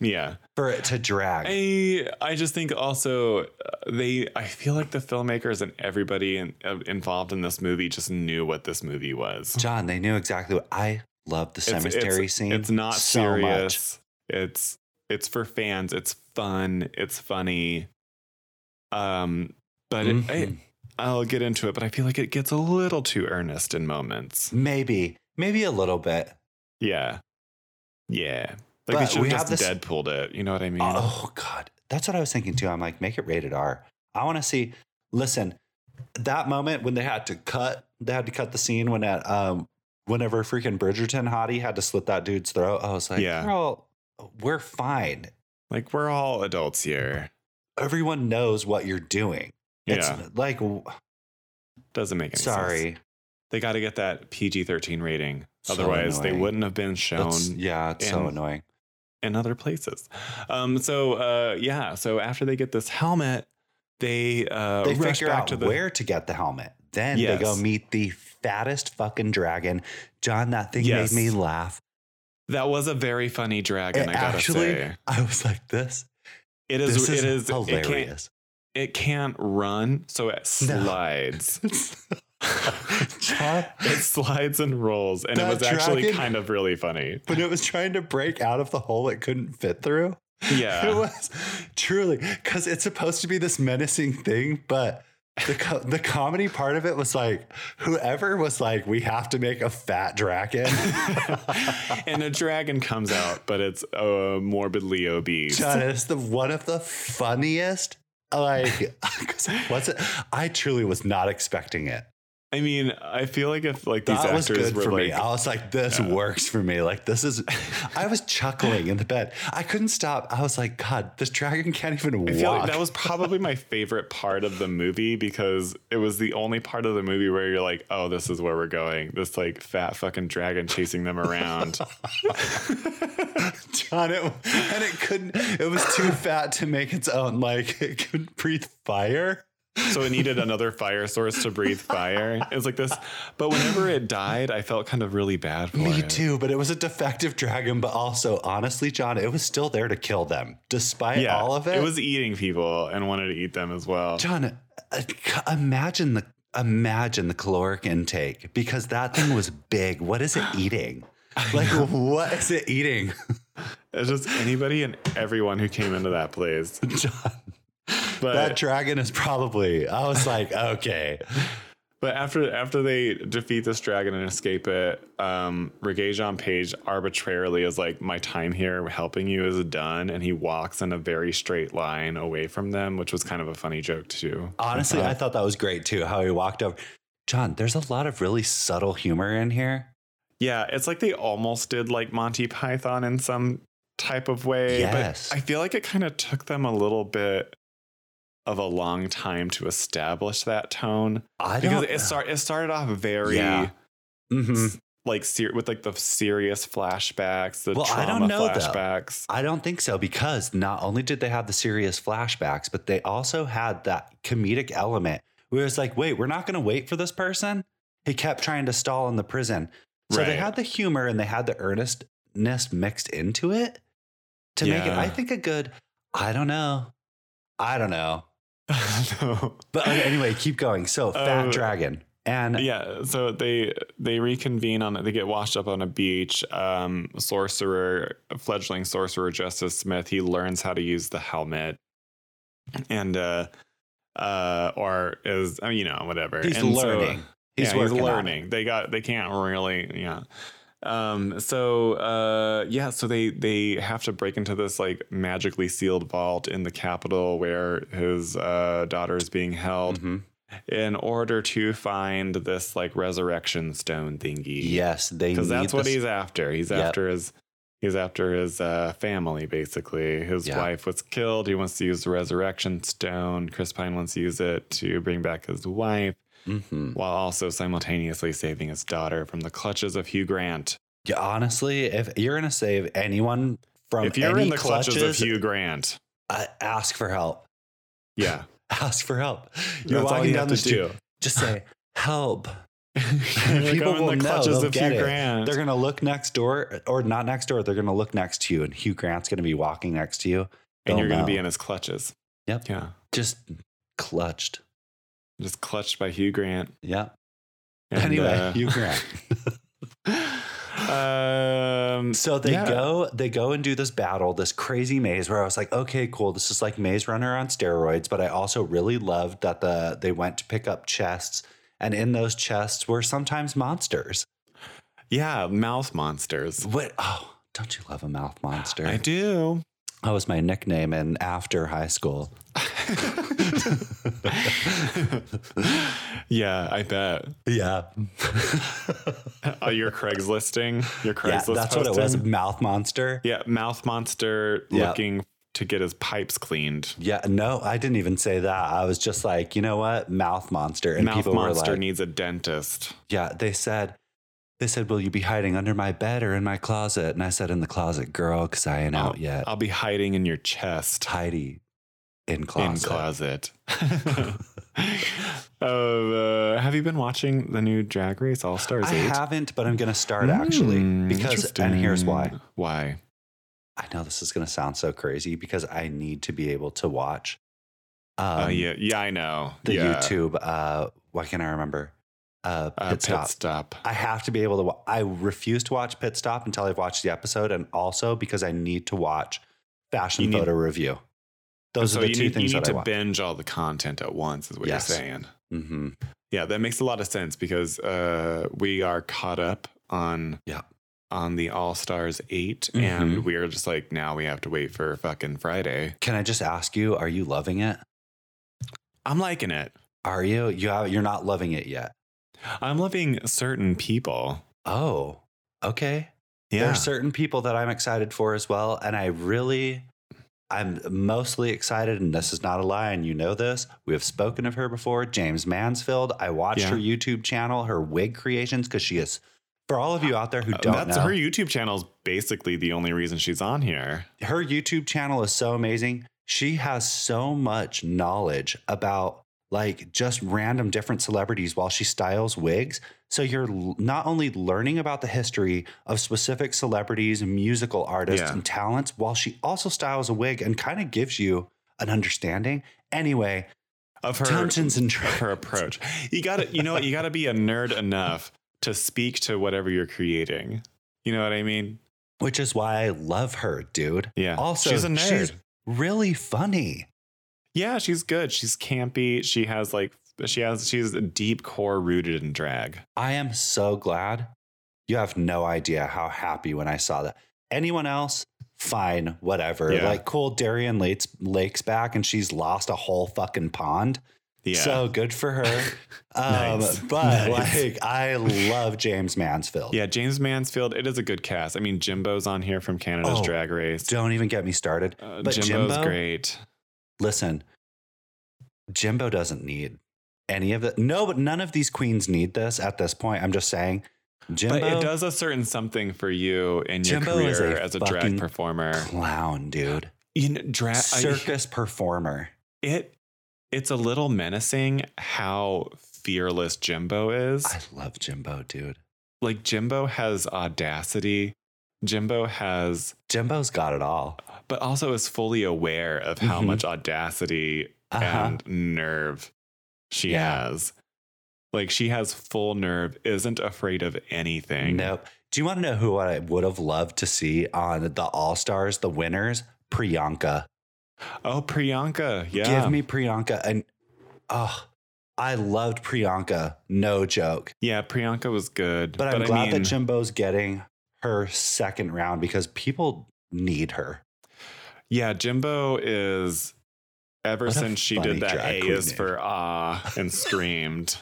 S2: Yeah.
S1: for it to drag.
S2: I I just think also uh, they I feel like the filmmakers and everybody in, uh, involved in this movie just knew what this movie was.
S1: John, they knew exactly what I love the
S2: It's- it's-
S1: cemetery scene.
S2: It's not
S1: so Much.
S2: serious. It's it's for fans. It's fun. It's funny. Um, but it-
S1: Mhm.
S2: I, I'll get into it. But I feel like it gets a little too earnest in moments.
S1: Maybe, maybe a little bit.
S2: Yeah, yeah.
S1: But
S2: Like they should
S1: we
S2: have
S1: have
S2: just
S1: this-
S2: Deadpooled it. You know what I mean?
S1: Oh God, that's what I was thinking too. I'm like, make it rated R. I want to see. Listen, that moment when they had to cut, they had to cut the scene when at um, whenever freaking Bridgerton hottie had to slit that dude's throat. I was like,
S2: Yeah.
S1: girl, we're fine.
S2: like we're all adults here.
S1: Everyone knows what you're doing. It's
S2: yeah,
S1: like, w-
S2: doesn't make any sense.
S1: sorry.
S2: they got to get that PG thirteen rating.
S1: So
S2: Otherwise, they
S1: annoying.
S2: wouldn't have been shown.
S1: That's- yeah, it's so
S2: and-
S1: annoying.
S2: in other places. Um, so uh, yeah, so after they get this helmet, they uh,
S1: they
S2: rush
S1: figure
S2: back
S1: out
S2: to the
S1: where to get the helmet. Then they go
S2: Yes.
S1: meet the fattest fucking dragon. John, that thing
S2: Yes.
S1: made me laugh.
S2: That was a very funny dragon.
S1: It
S2: I gotta
S1: actually,
S2: say,
S1: I was like, this,
S2: it is.
S1: this is,
S2: it is. It can't,
S1: hilarious.
S2: it can't run, so it
S1: No.
S2: slides.
S1: John,
S2: it slides and rolls, and it
S1: That
S2: was actually
S1: dragon-
S2: kind of really funny.
S1: when it was trying to break out of the hole it couldn't fit through, it
S2: Yeah,
S1: was truly because it's supposed to be this menacing thing, but. The, co- the comedy part of it was like whoever was like we have to make a fat dragon
S2: and a dragon comes out, but it's uh, morbidly obese.
S1: John, it's the one of the funniest. Like, 'cause what's it? I truly was not expecting it.
S2: I mean, I feel like if like these
S1: That was
S2: actors
S1: good
S2: were
S1: for
S2: like,
S1: me. I was like, this
S2: Yeah.
S1: works for me. Like, this is. I was chuckling in the bed. I couldn't stop. I was like, God, this dragon can't even
S2: I
S1: walk.
S2: feel like that was probably my favorite part of the movie because it was the only part of the movie where you're like, oh, this is where we're going. This like fat fucking dragon chasing them around.
S1: John, it, and it couldn't. It was too fat to make its own. Like, it couldn't breathe fire.
S2: So it needed another fire source to breathe fire. It was like this. But whenever it died, I felt kind of really bad for
S1: Me
S2: it.
S1: too, but it was a defective dragon. But also, honestly, John, it was still there to kill them, despite
S2: Yeah,
S1: all of it.
S2: It was eating people and wanted to eat them as well.
S1: John. uh, c- Imagine the imagine the caloric intake because that thing was big. What is it eating? Like, what is it eating,
S2: It's just anybody and everyone who came into that place.
S1: John?
S2: But
S1: that dragon is probably. I was like, okay,
S2: But after after they defeat this dragon and escape it, um, Reggae Jean Page arbitrarily is like, "My time here helping you is done," and he walks in a very straight line away from them, which was kind of a funny joke too.
S1: Honestly,
S2: Uh-huh.
S1: I thought that was great too. How he walked over. John, there's a lot of really subtle humor in here.
S2: Yeah, it's like they almost did like Monty Python in some type of way.
S1: Yes.
S2: But I feel like it kind of took them a little bit of a long time to establish that tone
S1: I
S2: because
S1: don't.
S2: it, start, it started off very.
S1: Yeah. Mhm.
S2: like ser- with like the serious flashbacks, the
S1: Well, I don't
S2: trauma
S1: know, though.
S2: flashbacks.
S1: I don't think so because not only did they have the serious flashbacks, but they also had that comedic element where it's like, wait, we're not going to wait for this person. He kept trying to stall in the prison. So they
S2: Right.
S1: had the humor and they had the earnestness mixed into it to make it,
S2: Yeah.
S1: I think, a good, I don't know. I don't know.
S2: No.
S1: But okay, anyway, keep going. So, Fat
S2: Oh.
S1: Dragon. And
S2: yeah, so they they reconvene on they get washed up on a beach. Um, sorcerer, fledgling sorcerer Justice Smith, he learns how to use the helmet, and uh, uh, or is I mean, you know whatever
S1: he's
S2: And so-
S1: learning. he's,
S2: yeah, he's
S1: working on it.
S2: learning. They got they can't really yeah. Um so uh yeah, so they they have to break into this like magically sealed vault in the capital where his uh daughter is being held
S1: Mhm.
S2: in order to find this like resurrection stone thingy.
S1: Yes, they
S2: Cuz
S1: need
S2: that's what
S1: this-
S2: he's after. He's
S1: Yep.
S2: after his he's after his uh family basically. His
S1: Yeah.
S2: wife was killed. He wants to use the resurrection stone. Chris Pine wants to use it to bring back his wife
S1: Mhm.
S2: while also simultaneously saving his daughter from the clutches of Hugh Grant.
S1: Yeah, honestly, if you're gonna save anyone from
S2: if you're
S1: any
S2: in the
S1: clutches,
S2: clutches, of Hugh Grant,
S1: uh, ask for help.
S2: yeah,
S1: Ask for help. You're
S2: that's all
S1: walking
S2: you
S1: down
S2: have
S1: the
S2: to
S1: street.
S2: do.
S1: Just say help. People
S2: You're going in
S1: will know,
S2: the clutches
S1: they'll
S2: of
S1: get
S2: Hugh
S1: it.
S2: Grant.
S1: They're gonna look next door, or not next door. They're gonna look next to you, and Hugh Grant's gonna be walking next to you.
S2: and you're
S1: they'll
S2: going to be
S1: know.
S2: in his clutches.
S1: Yep.
S2: Yeah.
S1: just clutched.
S2: Just clutched by Hugh Grant.
S1: Yeah.
S2: And,
S1: anyway,
S2: uh,
S1: Hugh Grant.
S2: um,
S1: So they
S2: Yeah.
S1: go, they go and do this battle, this crazy maze where I was like, okay, cool. This is like Maze Runner on steroids. But I also really loved that the they went to pick up chests, and in those chests were sometimes monsters.
S2: yeah, mouth monsters.
S1: What? Oh, don't you love a mouth monster?
S2: I do.
S1: That was my nickname in after high school.
S2: yeah, I bet.
S1: Yeah,
S2: Oh, your Craigslisting, your Craigslist.
S1: yeah, that's what it was.
S2: posting?
S1: Mouth monster.
S2: Yeah, mouth monster
S1: Yeah.
S2: looking to get his pipes cleaned.
S1: Yeah, no, I didn't even say that. I was just like, you know what, mouth monster, and
S2: mouth
S1: people
S2: monster
S1: were like,
S2: needs a dentist.
S1: Yeah, they said, they said, will you be hiding under my bed or in my closet? And I said, in the closet, girl, because I ain't
S2: Oh,
S1: out yet.
S2: I'll be hiding in your chest
S1: Heidi, in closet.
S2: in closet. Uh, have you been watching the new Drag Race All Stars?
S1: I
S2: 8?
S1: haven't, but I'm going to start actually
S2: Mm,
S1: because, and here's why.
S2: interesting. Why?
S1: I know this is going to sound so crazy because I need to be able to watch um,
S2: uh, yeah, yeah, I know.
S1: the
S2: yeah.
S1: YouTube. Uh, why can't I remember? Uh, pit
S2: uh, pit
S1: stop.
S2: stop.
S1: I have to be able to. Wa- I refuse to watch Pit Stop until I've watched the episode, and also because I need to watch Fashion
S2: You need-
S1: Photo Review. Those
S2: so
S1: are the
S2: you
S1: two
S2: need,
S1: things
S2: you need
S1: that I
S2: to
S1: watch.
S2: binge all the content at once, is what
S1: Yes.
S2: you're saying.
S1: hmm
S2: Yeah, that makes a lot of sense because uh, we are caught up on
S1: Yeah.
S2: on the All Stars 8
S1: Mhm.
S2: and we are just like now we have to wait for fucking Friday.
S1: Can I just ask you? Are you loving it?
S2: I'm liking it.
S1: Are you? You have, you're not loving it yet.
S2: I'm loving certain people.
S1: Oh, okay. There
S2: Yeah,
S1: are certain people that I'm excited for as well, and I really, I'm mostly excited. And this is not a lie, and you know this. We have spoken of her before, James Mansfield. I watched
S2: Yeah.
S1: her YouTube channel, her wig creations, because she is. For all of you out there who
S2: Uh,
S1: don't
S2: that's
S1: know,
S2: her YouTube channel is basically the only reason she's on here.
S1: her YouTube channel is so amazing. She has so much knowledge about like just random different celebrities while she styles wigs. So you're l- not only learning about the history of specific celebrities, musical artists,
S2: Yeah.
S1: and talents, while she also styles a wig and kind of gives you an understanding. Anyway,
S2: of her
S1: Dungeons and
S2: of her
S1: Dragons.
S2: approach. You got to you know what? you got to be a nerd enough to speak to whatever you're creating. You know what I mean?
S1: Which is why I love her, dude.
S2: Yeah.
S1: Also,
S2: she's a nerd.
S1: she's- Really funny.
S2: yeah, she's good. She's campy. She has like she has she's deep core rooted in drag.
S1: I am so glad. You have no idea how happy when I saw that. Anyone else? Fine, whatever.
S2: Yeah.
S1: Like, cool, Darian Lake's, Lake's back and she's lost a whole fucking pond.
S2: Yeah.
S1: So good for her. um,
S2: Nice.
S1: But,
S2: Nice.
S1: like, I love James Mansfield.
S2: yeah, James Mansfield. It is a good cast. I mean, Jimbo's on here from Canada's
S1: Oh,
S2: Drag Race.
S1: Don't even get me started.
S2: Uh,
S1: but
S2: Jimbo's
S1: Jimbo-
S2: great.
S1: Listen, Jimbo doesn't need any of it. No, but none of these queens need this at this point. I'm just saying. Jimbo,
S2: but it does a certain something for you in your
S1: Jimbo
S2: career
S1: is a
S2: as a
S1: fucking
S2: drag performer.
S1: clown, dude.
S2: You know, drag.
S1: Circus performer.
S2: it it's a little menacing how fearless Jimbo is.
S1: I love Jimbo, dude.
S2: Like Jimbo has audacity. Jimbo has
S1: Jimbo's got it all.
S2: but also is fully aware of how
S1: Mhm.
S2: much audacity
S1: Uh-huh.
S2: and nerve she
S1: Yeah.
S2: has. Like she has full nerve, isn't afraid of anything.
S1: Nope. Do you want to know who I would have loved to see on the All Stars, the winners? Priyanka.
S2: Oh, Priyanka. Yeah.
S1: Give me Priyanka. And oh, I loved Priyanka. No joke.
S2: yeah, Priyanka was good.
S1: But, I'm glad
S2: mean,
S1: that Jimbo's getting her second round because people need her.
S2: Yeah, Jimbo is ever
S1: What a
S2: since she did
S1: funny
S2: that
S1: drag
S2: A
S1: queen
S2: is
S1: name.
S2: for ah and screamed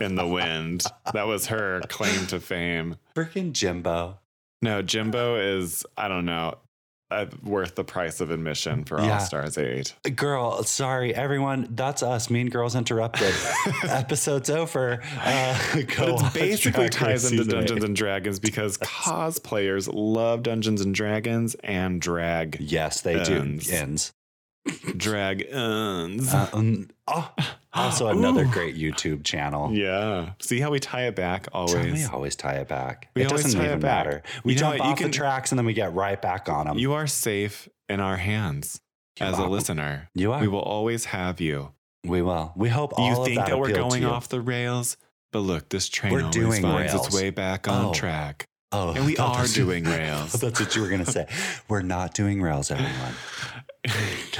S2: in the wind. That was her claim to fame.
S1: Freaking Jimbo.
S2: No, Jimbo is I don't know, uh, worth the price of admission for
S1: Yeah.
S2: All Stars 8.
S1: Girl, sorry, everyone. That's us. Mean Girls Interrupted. Episode's over. Uh,
S2: But
S1: go
S2: it
S1: watch Drag
S2: basically ties
S1: Race
S2: into
S1: season eight.
S2: Dungeons and Dragons because cosplayers love Dungeons and Dragons and drag
S1: Yes, they
S2: Ends.
S1: do. Ends.
S2: dragons.
S1: Uh, um, oh, also, another
S2: Ooh.
S1: great YouTube channel.
S2: Yeah. See how we tie it back
S1: Don't We
S2: always.
S1: always tie it back.
S2: We
S1: it
S2: always
S1: doesn't
S2: tie it
S1: even
S2: back.
S1: matter. We
S2: You know
S1: jump
S2: what, you
S1: off
S2: can-
S1: the tracks and then we get right back on them.
S2: You are safe in our hands as a
S1: are.
S2: listener.
S1: You are.
S2: We will always have you.
S1: We will. We hope all
S2: you
S1: of
S2: think
S1: that,
S2: that, we're
S1: appealed to
S2: going
S1: you.
S2: off the rails, but look, this train
S1: We're
S2: always
S1: doing
S2: finds its
S1: rails.
S2: way back on
S1: Oh.
S2: track.
S1: Oh,
S2: And we
S1: I thought
S2: are
S1: that's-
S2: doing rails.
S1: That's what you were gonna say. We're not doing rails, everyone.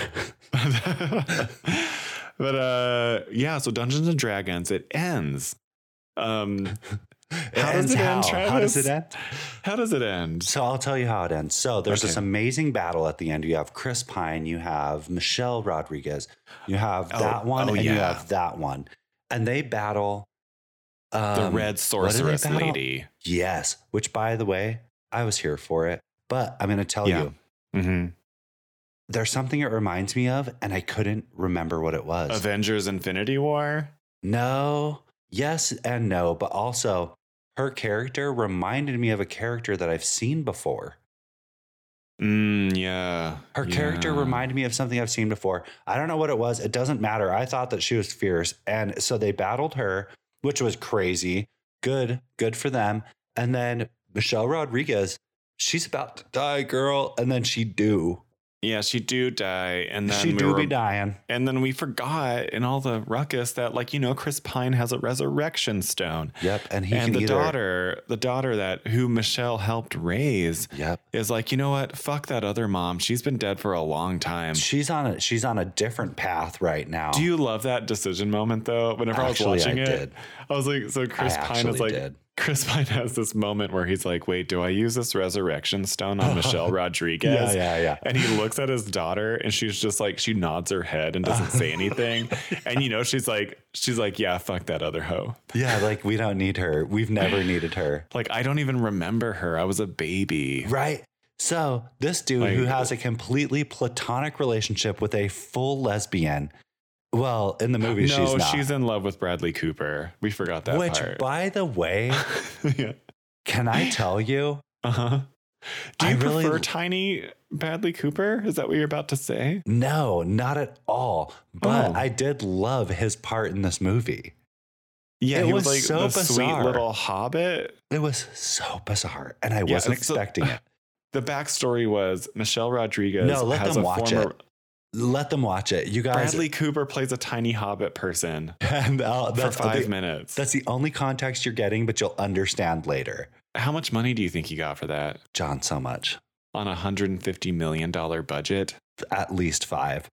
S2: but uh, yeah, so Dungeons and Dragons, it ends. Um, How does
S1: ends
S2: it end,
S1: how? how does
S2: Travis?
S1: it end?
S2: how does it end?
S1: So I'll tell you how it ends. So there's this
S2: Okay.
S1: amazing battle at the end. You have Chris Pine, you have Michelle Rodriguez, you have
S2: Oh,
S1: that one,
S2: oh,
S1: and you
S2: yeah.
S1: have that one, and they battle
S2: The
S1: um,
S2: Red
S1: do they
S2: Sorceress
S1: battle?
S2: Lady.
S1: Yes, which by the way, I was here for it, but I'm going to tell
S2: Yeah.
S1: you
S2: Mhm.
S1: there's something it reminds me of, and I couldn't remember what it was.
S2: Avengers Infinity War.
S1: No, yes, and no, but also her character reminded me of a character that I've seen before.
S2: Mm, yeah.
S1: Her character
S2: yeah.
S1: reminded me of something I've seen before. I don't know what it was. It doesn't matter. I thought that she was fierce. And so they battled her, which was crazy. Good, good for them. And then Michelle Rodriguez, she's about to die, girl. And then she do.
S2: Yeah, she do die, and then
S1: She
S2: we
S1: do
S2: were-
S1: be dying.
S2: And then we forgot in all the ruckus that, like, you know, Chris Pine has a resurrection stone.
S1: Yep. And he
S2: and
S1: can
S2: the
S1: either-
S2: daughter, the daughter that who Michelle helped raise
S1: Yep.
S2: is like, you know what? Fuck that other mom. She's been dead for a long time.
S1: She's on a she's on a different path right now.
S2: Do you love that decision moment though? Whenever I
S1: Actually,
S2: was watching
S1: I
S2: it,
S1: did.
S2: I was like, so Chris
S1: I
S2: Pine is
S1: actually
S2: like,
S1: did.
S2: Chris Pine has this moment where he's like, wait, do I use this resurrection stone on Michelle Rodriguez?
S1: Yeah, yeah, yeah.
S2: And he looks at his daughter and she's just like, she nods her head and doesn't say anything. And you know, she's like, she's like, yeah, fuck that other hoe.
S1: Yeah, like we don't need her. We've never needed her.
S2: Like, I don't even remember her. I was a baby.
S1: Right. So this dude
S2: Like-
S1: who has a completely platonic relationship with a full lesbian. Well, in the movie,
S2: No,
S1: she's not.
S2: in love with Bradley Cooper. We forgot that
S1: Which,
S2: part.
S1: by the way,
S2: yeah.
S1: can I tell you?
S2: Uh huh. Do you
S1: I really-
S2: prefer Tiny Badley Cooper? Is that what you're about to say?
S1: No, not at all. But
S2: Oh.
S1: I did love his part in this movie.
S2: Yeah,
S1: It
S2: he
S1: was
S2: was, like
S1: so
S2: the
S1: bizarre.
S2: sweet little hobbit.
S1: It was so bizarre, and I
S2: Yeah,
S1: wasn't
S2: it's so-
S1: expecting it.
S2: The backstory was Michelle Rodriguez.
S1: No, let
S2: has
S1: them
S2: a
S1: watch
S2: former,
S1: Let them watch it, you guys.
S2: Bradley Cooper plays a tiny hobbit person
S1: And I'll- that's,
S2: for five
S1: the,
S2: minutes.
S1: that's the only context you're getting, but you'll understand later.
S2: How much money do you think he got for that
S1: John, so much.
S2: on a hundred and fifty million dollar budget?
S1: At least five.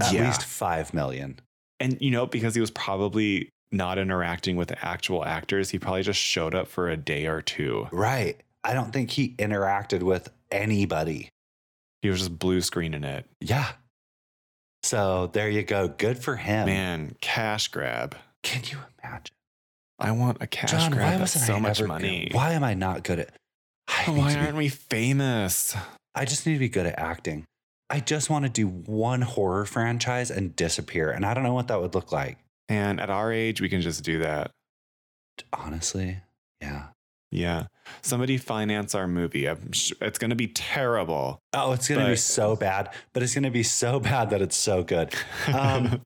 S1: At
S2: Yeah.
S1: least five million.
S2: and you know because he was probably not interacting with the actual actors, he probably just showed up for a day or two.
S1: Right. I don't think he interacted with anybody.
S2: He was just blue screening it.
S1: Yeah. So there you go. Good for him.
S2: Man, cash grab.
S1: Can you imagine?
S2: I want a cash
S1: John,
S2: grab.
S1: why
S2: That's
S1: wasn't
S2: so
S1: I
S2: much
S1: ever
S2: money. Oh,
S1: Good? Why am I not good at? I, need
S2: Why
S1: to be-
S2: aren't we famous?
S1: I just need to be good at acting. I just want to do one horror franchise and disappear, and I don't know what that would look like.
S2: And at our age, we can just do that.
S1: Honestly, yeah.
S2: Yeah. Somebody finance our movie. I'm sh- it's going to be terrible.
S1: Oh, it's gonna be
S2: But-
S1: so bad, but it's gonna be so bad that it's so good. Um,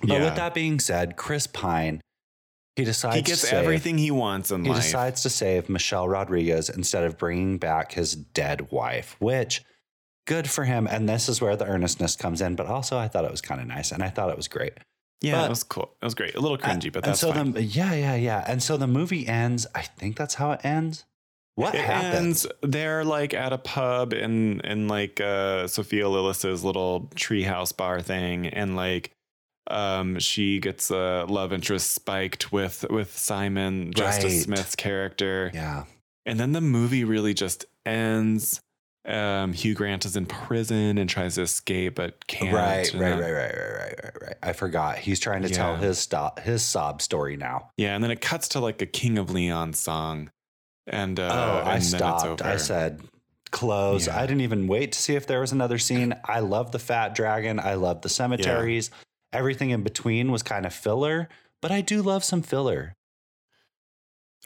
S1: But
S2: Yeah.
S1: with that being said, Chris Pine, he decides
S2: he
S1: to
S2: gets
S1: save-
S2: everything he wants in
S1: He
S2: life.
S1: decides to save Michelle Rodriguez instead of bringing back his dead wife, which good for him. And this is where the earnestness comes in. But also, I thought it was kind of nice, and I thought it was great.
S2: yeah,
S1: but-
S2: that was cool. That was great. A little cringy, but that's
S1: and so
S2: fine.
S1: the yeah, yeah, yeah. And so the movie ends. I think that's how it ends. What
S2: it
S1: happens?
S2: ends. They're like at a pub in in like uh, Sophia Lillis's little treehouse bar thing, and like um, she gets a love interest spiked with with Simon Justice
S1: Right.
S2: Smith's character,
S1: Yeah,
S2: and then the movie really just ends. Um, Hugh Grant is in prison and tries to escape, but can't.
S1: right, right,
S2: And
S1: right,
S2: then-
S1: right, right, right, right, right. I forgot. He's trying to tell
S2: Yeah.
S1: his stop, his sob story now.
S2: Yeah, and then it cuts to like a King of Leon song, and uh,
S1: oh, I
S2: and Then
S1: stopped.
S2: it's
S1: I
S2: over.
S1: said close.
S2: Yeah.
S1: I didn't even wait to see if there was another scene. I love the fat dragon. I love the cemeteries. Everything in between was kind of filler, but I do love some filler.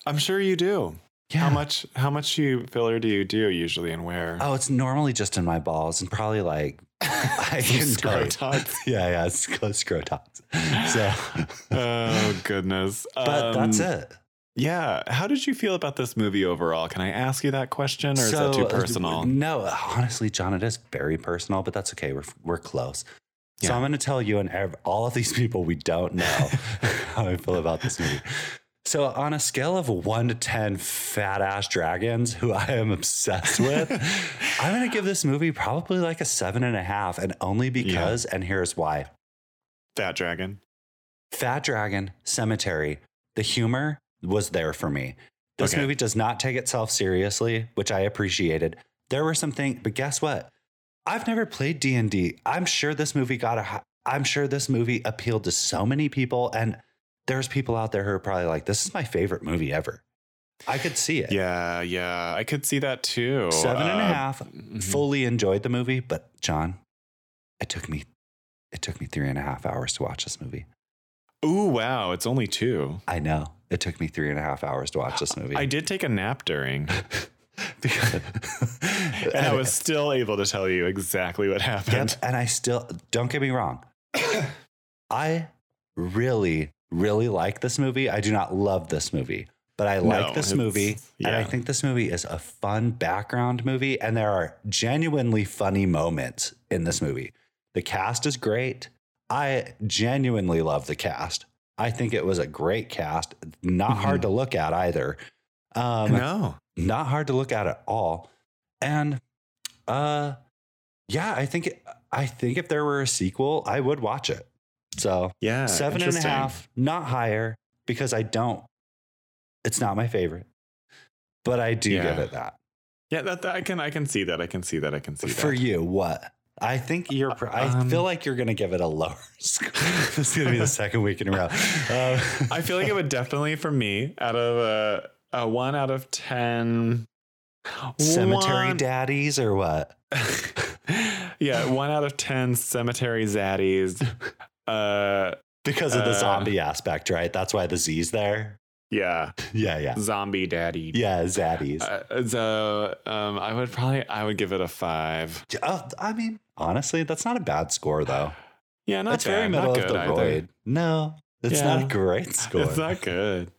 S2: I'm sure you do.
S1: Yeah.
S2: How much? How much you filler do you do usually, and where?
S1: Oh, it's normally just in my balls and probably like I can
S2: Some
S1: tell you.
S2: scrotox.
S1: yeah, yeah, it's close scrotox. So,
S2: oh goodness!
S1: but that's
S2: Um,
S1: it.
S2: Yeah. How did you feel about this movie overall? Can I ask you that question, or is that too
S1: uh,
S2: personal?
S1: No, honestly, John, it is very personal, but that's okay. We're we're close. So
S2: Yeah.
S1: I'm going to tell you and ev- all of these people we don't know how I feel about this movie. So on a scale of one to ten fat ass dragons, who I am obsessed with, I'm going to give this movie probably like a seven and a half, and only because, and here's why:
S2: Fat Dragon.
S1: Fat Dragon, Cemetery, the humor was there for me. This
S2: Okay.
S1: movie does not take itself seriously, which I appreciated. There were some things, but guess what? I've never played D&D. I'm sure this movie got a hi- I'm sure this movie appealed to so many people and there's people out there who are probably like this is my favorite movie ever. I could see it.
S2: Yeah, yeah. I could see that too.
S1: Seven and a
S2: Uh,
S1: half.
S2: mhm.
S1: Fully enjoyed the movie, but John, it took me it took me three and a half hours to watch this movie.
S2: Ooh, wow! It's only two.
S1: I know. It took me three and a half hours to watch this movie.
S2: I did take a nap during,
S1: Because- and,
S2: and I was still able to tell you exactly what
S1: yep,
S2: happened.
S1: and I still don't get me wrong. I really, really like this movie. I do not love this movie, but I like
S2: No,
S1: this
S2: it's-
S1: movie. And I
S2: yeah.
S1: think this movie is a fun background movie. And there are genuinely funny moments in this movie. The cast is great. I genuinely love the cast. I think it was a great cast. Not hard
S2: Mhm.
S1: to look at either. Um,
S2: no.
S1: not hard to look at at all. And uh yeah, I think I think if there were a sequel, I would watch it. So
S2: Yeah.
S1: seven and a
S2: Ah, interesting.
S1: half, not higher, because I don't it's not my favorite. But I do give
S2: Yeah.
S1: it that.
S2: Yeah, that, that- I can I can see that. I can see that. I can see that.
S1: For you, what? I think you're. pr- I
S2: Um,
S1: feel like you're going to give it a lower score. this is going to be the second week in a row. Uh,
S2: I feel like it would definitely, for me, out of a, a one out of ten.
S1: cemetery
S2: one-
S1: daddies or what?
S2: yeah, one out of ten cemetery zaddies. Uh,
S1: Because of the
S2: Uh,
S1: zombie aspect, right? That's why the Z's there.
S2: Yeah.
S1: Yeah, yeah.
S2: Zombie daddy.
S1: Yeah, Zaddies.
S2: Uh, so um, I would probably I would give it a five.
S1: oh, I mean, honestly, that's not a bad score though.
S2: Yeah, not
S1: That's very
S2: bad,
S1: middle
S2: not
S1: of the
S2: good either.
S1: road. No, it's
S2: Yeah.
S1: not a great score.
S2: It's not good.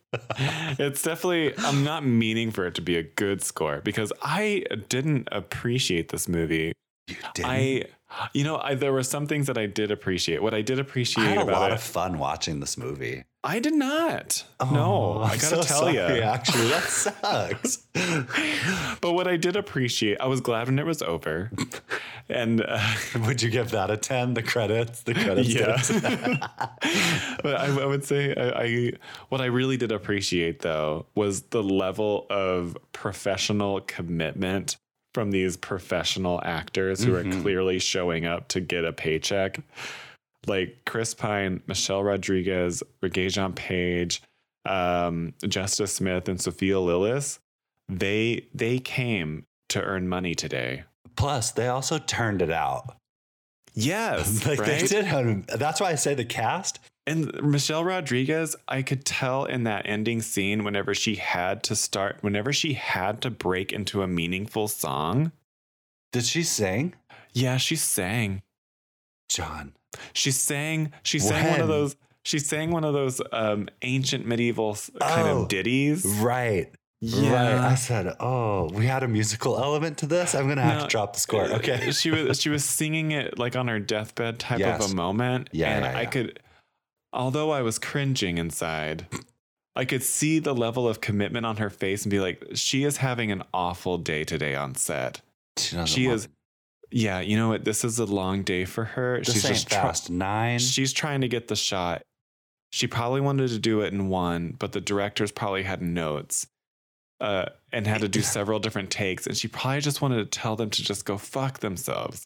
S2: it's definitely I'm not meaning for it to be a good score because I didn't appreciate this movie.
S1: You didn't. I,
S2: I you know, I there were some things that I did appreciate. What I did appreciate
S1: had a
S2: about
S1: lot
S2: it,
S1: of fun watching this movie.
S2: I did not.
S1: Oh,
S2: no, I
S1: I'm so
S2: gotta tell you.
S1: sorry, Actually, that sucks.
S2: but what I did appreciate, I was glad when it was over, and uh,
S1: Would you give that a ten? The credits, the credits. get
S2: yeah.
S1: a 10.
S2: but I, I would say I, I what I really did appreciate though was the level of professional commitment from these professional actors who are
S1: Mhm.
S2: clearly showing up to get a paycheck, like Chris Pine, Michelle Rodriguez, Regé Jean Page, um, Justice Smith, and Sophia Lillis. They they came to earn money today.
S1: Plus, they also turned it out.
S2: Yes,
S1: Like
S2: right?
S1: they did. Have, that's why I say the cast.
S2: And Michelle Rodriguez, I could tell in that ending scene whenever she had to start, whenever she had to break into a meaningful song.
S1: Did she sing?
S2: Yeah, she sang.
S1: John.
S2: She sang. She sang one
S1: When?
S2: of those. She sang one of those um, ancient medieval s- kind
S1: Oh,
S2: of ditties.
S1: Right. Right. I said, oh, we had a musical element to this. I'm gonna have
S2: No.
S1: to drop the score.
S2: Uh,
S1: Okay.
S2: she was she was singing it like on her deathbed type of
S1: Yes.
S2: a moment.
S1: Yeah,
S2: And
S1: yeah,
S2: I
S1: yeah.
S2: could although I was cringing inside, I could see the level of commitment on her face and be like, she is having an awful day today on set.
S1: She, doesn't
S2: she
S1: want-
S2: is yeah, you know what? This is a long day for her.
S1: This
S2: she's
S1: ain't
S2: just try-
S1: fast nine.
S2: she's trying to get the shot. She probably wanted to do it in one, but the directors probably had notes uh, and had to do several different takes. And she probably just wanted to tell them to just go fuck themselves.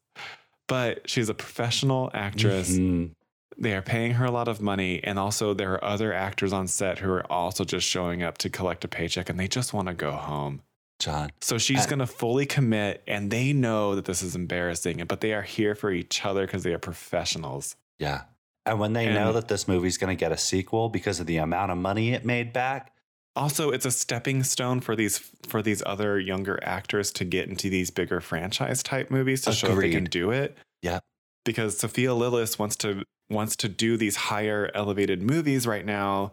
S2: But she's a professional actress.
S1: Mhm.
S2: They are paying her a lot of money. And also, there are other actors on set who are also just showing up to collect a paycheck and they just want to go home.
S1: John.
S2: So she's
S1: Uh,
S2: going to fully commit. And they know that this is embarrassing, but they are here for each other because they are professionals.
S1: Yeah. And when they know
S2: And-
S1: that this movie's going to get a sequel because of the amount of money it made back,
S2: also it's a stepping stone for these for these other younger actors to get into these bigger franchise type movies to show that they can
S1: Agreed.
S2: do it
S1: Yep.
S2: because sophia lillis wants to wants to do these higher elevated movies right now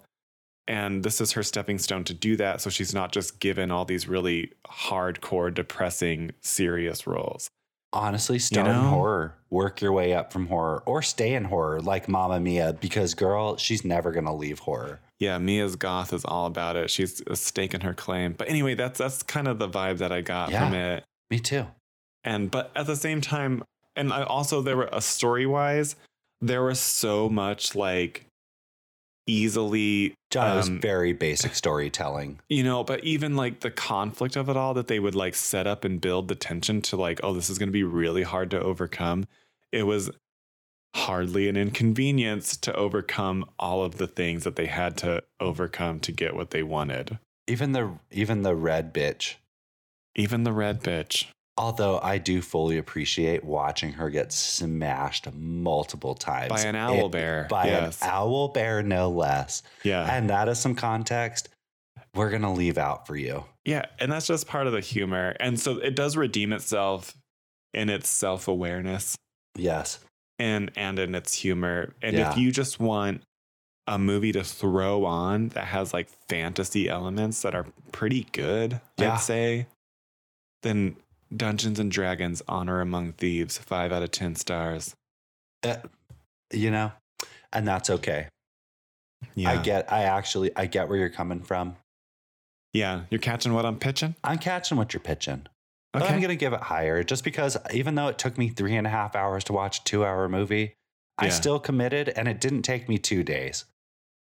S2: and this is her stepping stone to do that so she's not just given all these really hardcore depressing serious roles
S1: honestly, start in
S2: know?
S1: horror, work your way up from horror, or stay in horror like Mamma Mia, because girl, she's never going to leave horror.
S2: yeah mia's goth is all about it she's staking her claim but anyway that's that's kind of the vibe that i got
S1: Yeah.
S2: from it
S1: Me too.
S2: and but at the same time and i also there were a story wise there was so much like easily
S1: John, it was
S2: Um,
S1: very basic storytelling.
S2: you know but even like the conflict of it all that they would like set up and build the tension to like oh this is going to be really hard to overcome it was hardly an inconvenience to overcome all of the things that they had to overcome to get what they wanted
S1: Even the even the red bitch.
S2: even the red bitch
S1: Although I do fully appreciate watching her get smashed multiple times
S2: by an
S1: It-
S2: owl bear
S1: by
S2: yes Uh.
S1: an owl bear, no less.
S2: yeah
S1: And that is some context we're going to leave out for you.
S2: Yeah, and that's just part of the humor. And so it does redeem itself in its self-awareness
S1: Yes.
S2: and and in its humor. And
S1: Yeah.
S2: if you just want a movie to throw on that has like fantasy elements that are pretty good,
S1: Yeah.
S2: I'd say, then Dungeons and Dragons Honor Among Thieves, 5 out of 10 stars.
S1: Uh, you know, and that's okay.
S2: Yeah.
S1: I get, I actually, I get where you're coming from.
S2: yeah, you're catching what I'm pitching?
S1: I'm catching what you're pitching. But
S2: Okay.
S1: I'm going to give it higher just because even though it took me three and a half hours to watch a two hour movie, I
S2: Yeah.
S1: still committed and it didn't take me two days.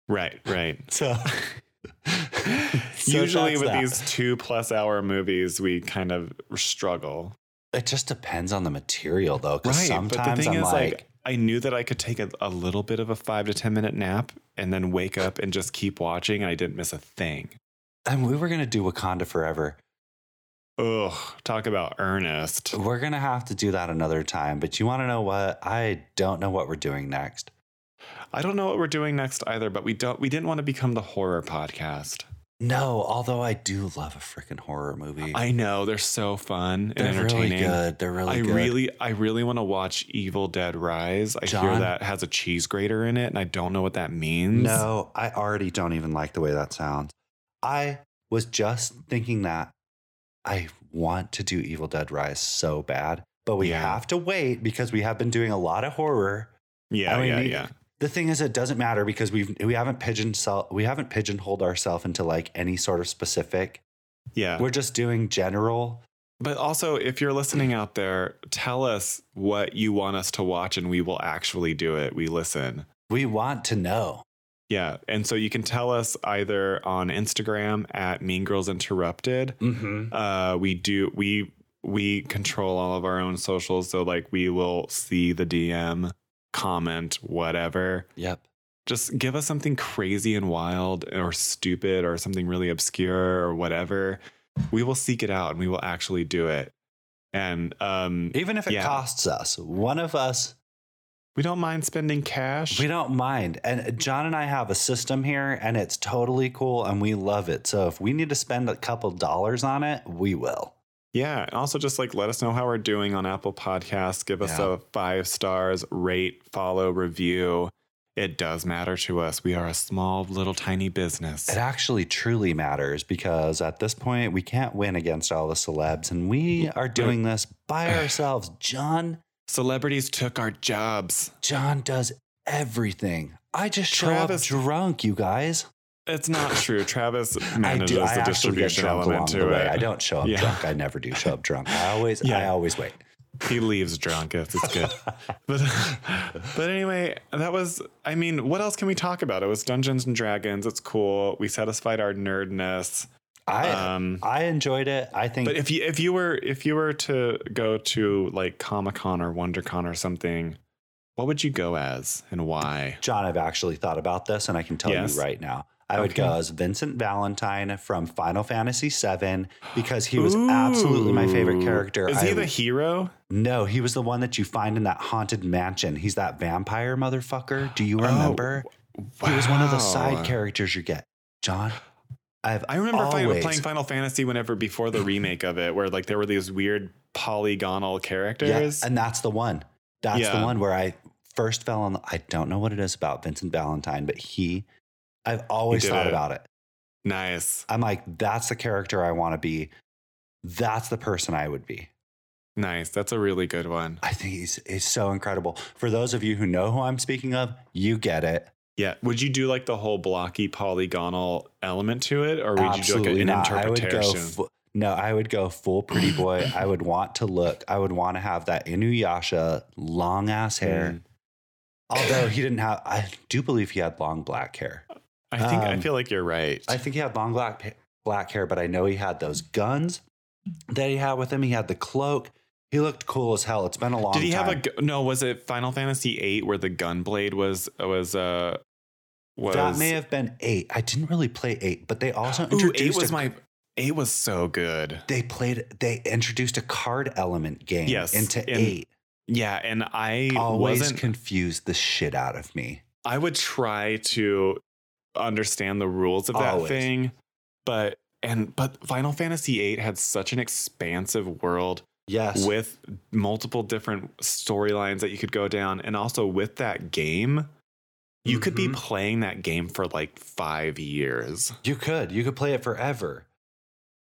S2: right, right.
S1: So, So
S2: Usually
S1: that's
S2: with
S1: that.
S2: these 2 plus hour movies, we kind of struggle.
S1: It just depends on the material, though. Because sometimes I'm like,
S2: I knew that I could take a, a little bit of a five to ten minute nap and then wake up and just keep watching, and I didn't miss a thing.
S1: and we were going to do Wakanda Forever.
S2: Ugh, talk about earnest.
S1: We're going to have to do that another time. But you want to know what? I don't know what we're doing next.
S2: I don't know what we're doing next either, but we don't we didn't want to become the horror podcast.
S1: No, although I do love a freaking horror movie.
S2: I know they're so fun and
S1: They're really
S2: entertaining.
S1: good. They're really
S2: I
S1: good.
S2: really I really want to watch Evil Dead Rise. I hear
S1: John?
S2: that has a cheese grater in it and I don't know what that means.
S1: No, I already don't even like the way that sounds. I was just thinking that I want to do Evil Dead Rise so bad, but we
S2: Yeah.
S1: have to wait because we have been doing a lot of horror.
S2: Yeah,
S1: I mean,
S2: yeah,
S1: we-
S2: yeah.
S1: The thing is, it doesn't matter because we've we haven't pigeon we haven't pigeonholed ourselves into like any sort of specific.
S2: Yeah.
S1: We're just doing general.
S2: But also, if you're listening out there, tell us what you want us to watch and we will actually do it. We listen.
S1: We want to know.
S2: Yeah. And so you can tell us either on Instagram at Mean Girls Interrupted.
S1: Mm-hmm.
S2: Uh, we do, we, we control all of our own socials. So, like, we will see the DM, comment, whatever.
S1: Yep.
S2: Just give us something crazy and wild or stupid or something really obscure or whatever. We will seek it out and we will actually do it. And um,
S1: Even if it
S2: Yeah.
S1: costs us, one of us
S2: We don't mind spending cash.
S1: We don't mind. And John and I have a system here and it's totally cool and we love it. So if we need to spend a couple dollars on it, we will.
S2: yeah. And also just like let us know how we're doing on Apple Podcasts. Give us
S1: Yeah.
S2: a five stars, rate, follow, review. It does matter to us. We are a small little tiny business.
S1: It actually truly matters because at this point we can't win against all the celebs and we are doing this by ourselves. John
S2: Celebrities took our jobs.
S1: John does everything. I just show
S2: Travis-
S1: up drunk, you guys.
S2: It's not true. Travis
S1: I
S2: manages
S1: do. I
S2: the
S1: actually get
S2: distribution
S1: drunk along
S2: element
S1: the
S2: to
S1: way.
S2: it.
S1: I don't show up
S2: Yeah.
S1: drunk. I never do show up drunk. I always, I
S2: Yeah.
S1: always wait.
S2: He leaves drunk. It's, it's good. but but anyway, that was. I mean, what else can we talk about? It was Dungeons and Dragons. It's cool. We satisfied our nerdness.
S1: I,
S2: um,
S1: I enjoyed it. I think
S2: But if you if you were if you were to go to like Comic Con or WonderCon or something, what would you go as and why?
S1: John, I've actually thought about this and I can tell
S2: Yes.
S1: you right now. I would
S2: Okay.
S1: go as Vincent Valentine from Final Fantasy VII because he was
S2: Ooh.
S1: absolutely my favorite character.
S2: Is he
S1: I-
S2: the hero?
S1: no, he was the one that you find in that haunted mansion. He's that vampire motherfucker. Do you
S2: Oh,
S1: remember? He was one of the
S2: Wow.
S1: side characters you get. John, I've
S2: I remember fi-
S1: always-
S2: playing Final Fantasy whenever before the remake of it, where like there were these weird polygonal characters.
S1: Yeah, and that's the one. That's
S2: Yeah.
S1: the one where I first fell in. I don't know what it is about Vincent Valentine, but he, I've always
S2: did
S1: thought
S2: it.
S1: about it.
S2: nice,
S1: I'm like, that's the character I want to be. That's the person I would be.
S2: nice. That's a really good one.
S1: I think he's, he's so incredible. For those of you who know who I'm speaking of, you get it.
S2: Yeah. Would you do like the whole blocky polygonal element to it, or would you do like an
S1: not. I would go.
S2: interpretation?
S1: fu- no, I would go full pretty boy. I would want to look. I would want to have that Inuyasha long ass hair.
S2: Mm.
S1: Although he didn't have, I do believe he had long black hair.
S2: I think I
S1: Um,
S2: feel like you're right.
S1: I think he had long black pa- black hair, but I know he had those guns that he had with him. He had the cloak. He looked cool as hell. It's been a long.
S2: Did he
S1: time.
S2: have a gu- no? Was it Final Fantasy VIII where the gun blade was was uh was
S1: That may have been eight. I didn't really play eight, but they also
S2: Ooh,
S1: introduced
S2: eight was
S1: a,
S2: my eight was so good.
S1: they played they introduced a card element game
S2: Yes,
S1: into
S2: and
S1: eight.
S2: Yeah, and I
S1: Always
S2: wasn't.
S1: confused the shit out of me.
S2: I would try to understand the rules of that
S1: Always.
S2: thing, but and but Final Fantasy VIII had such an expansive world
S1: Yes.
S2: with multiple different storylines that you could go down, and also with that game. You could be
S1: Mhm.
S2: playing that game for like five years.
S1: you could. You could play it forever.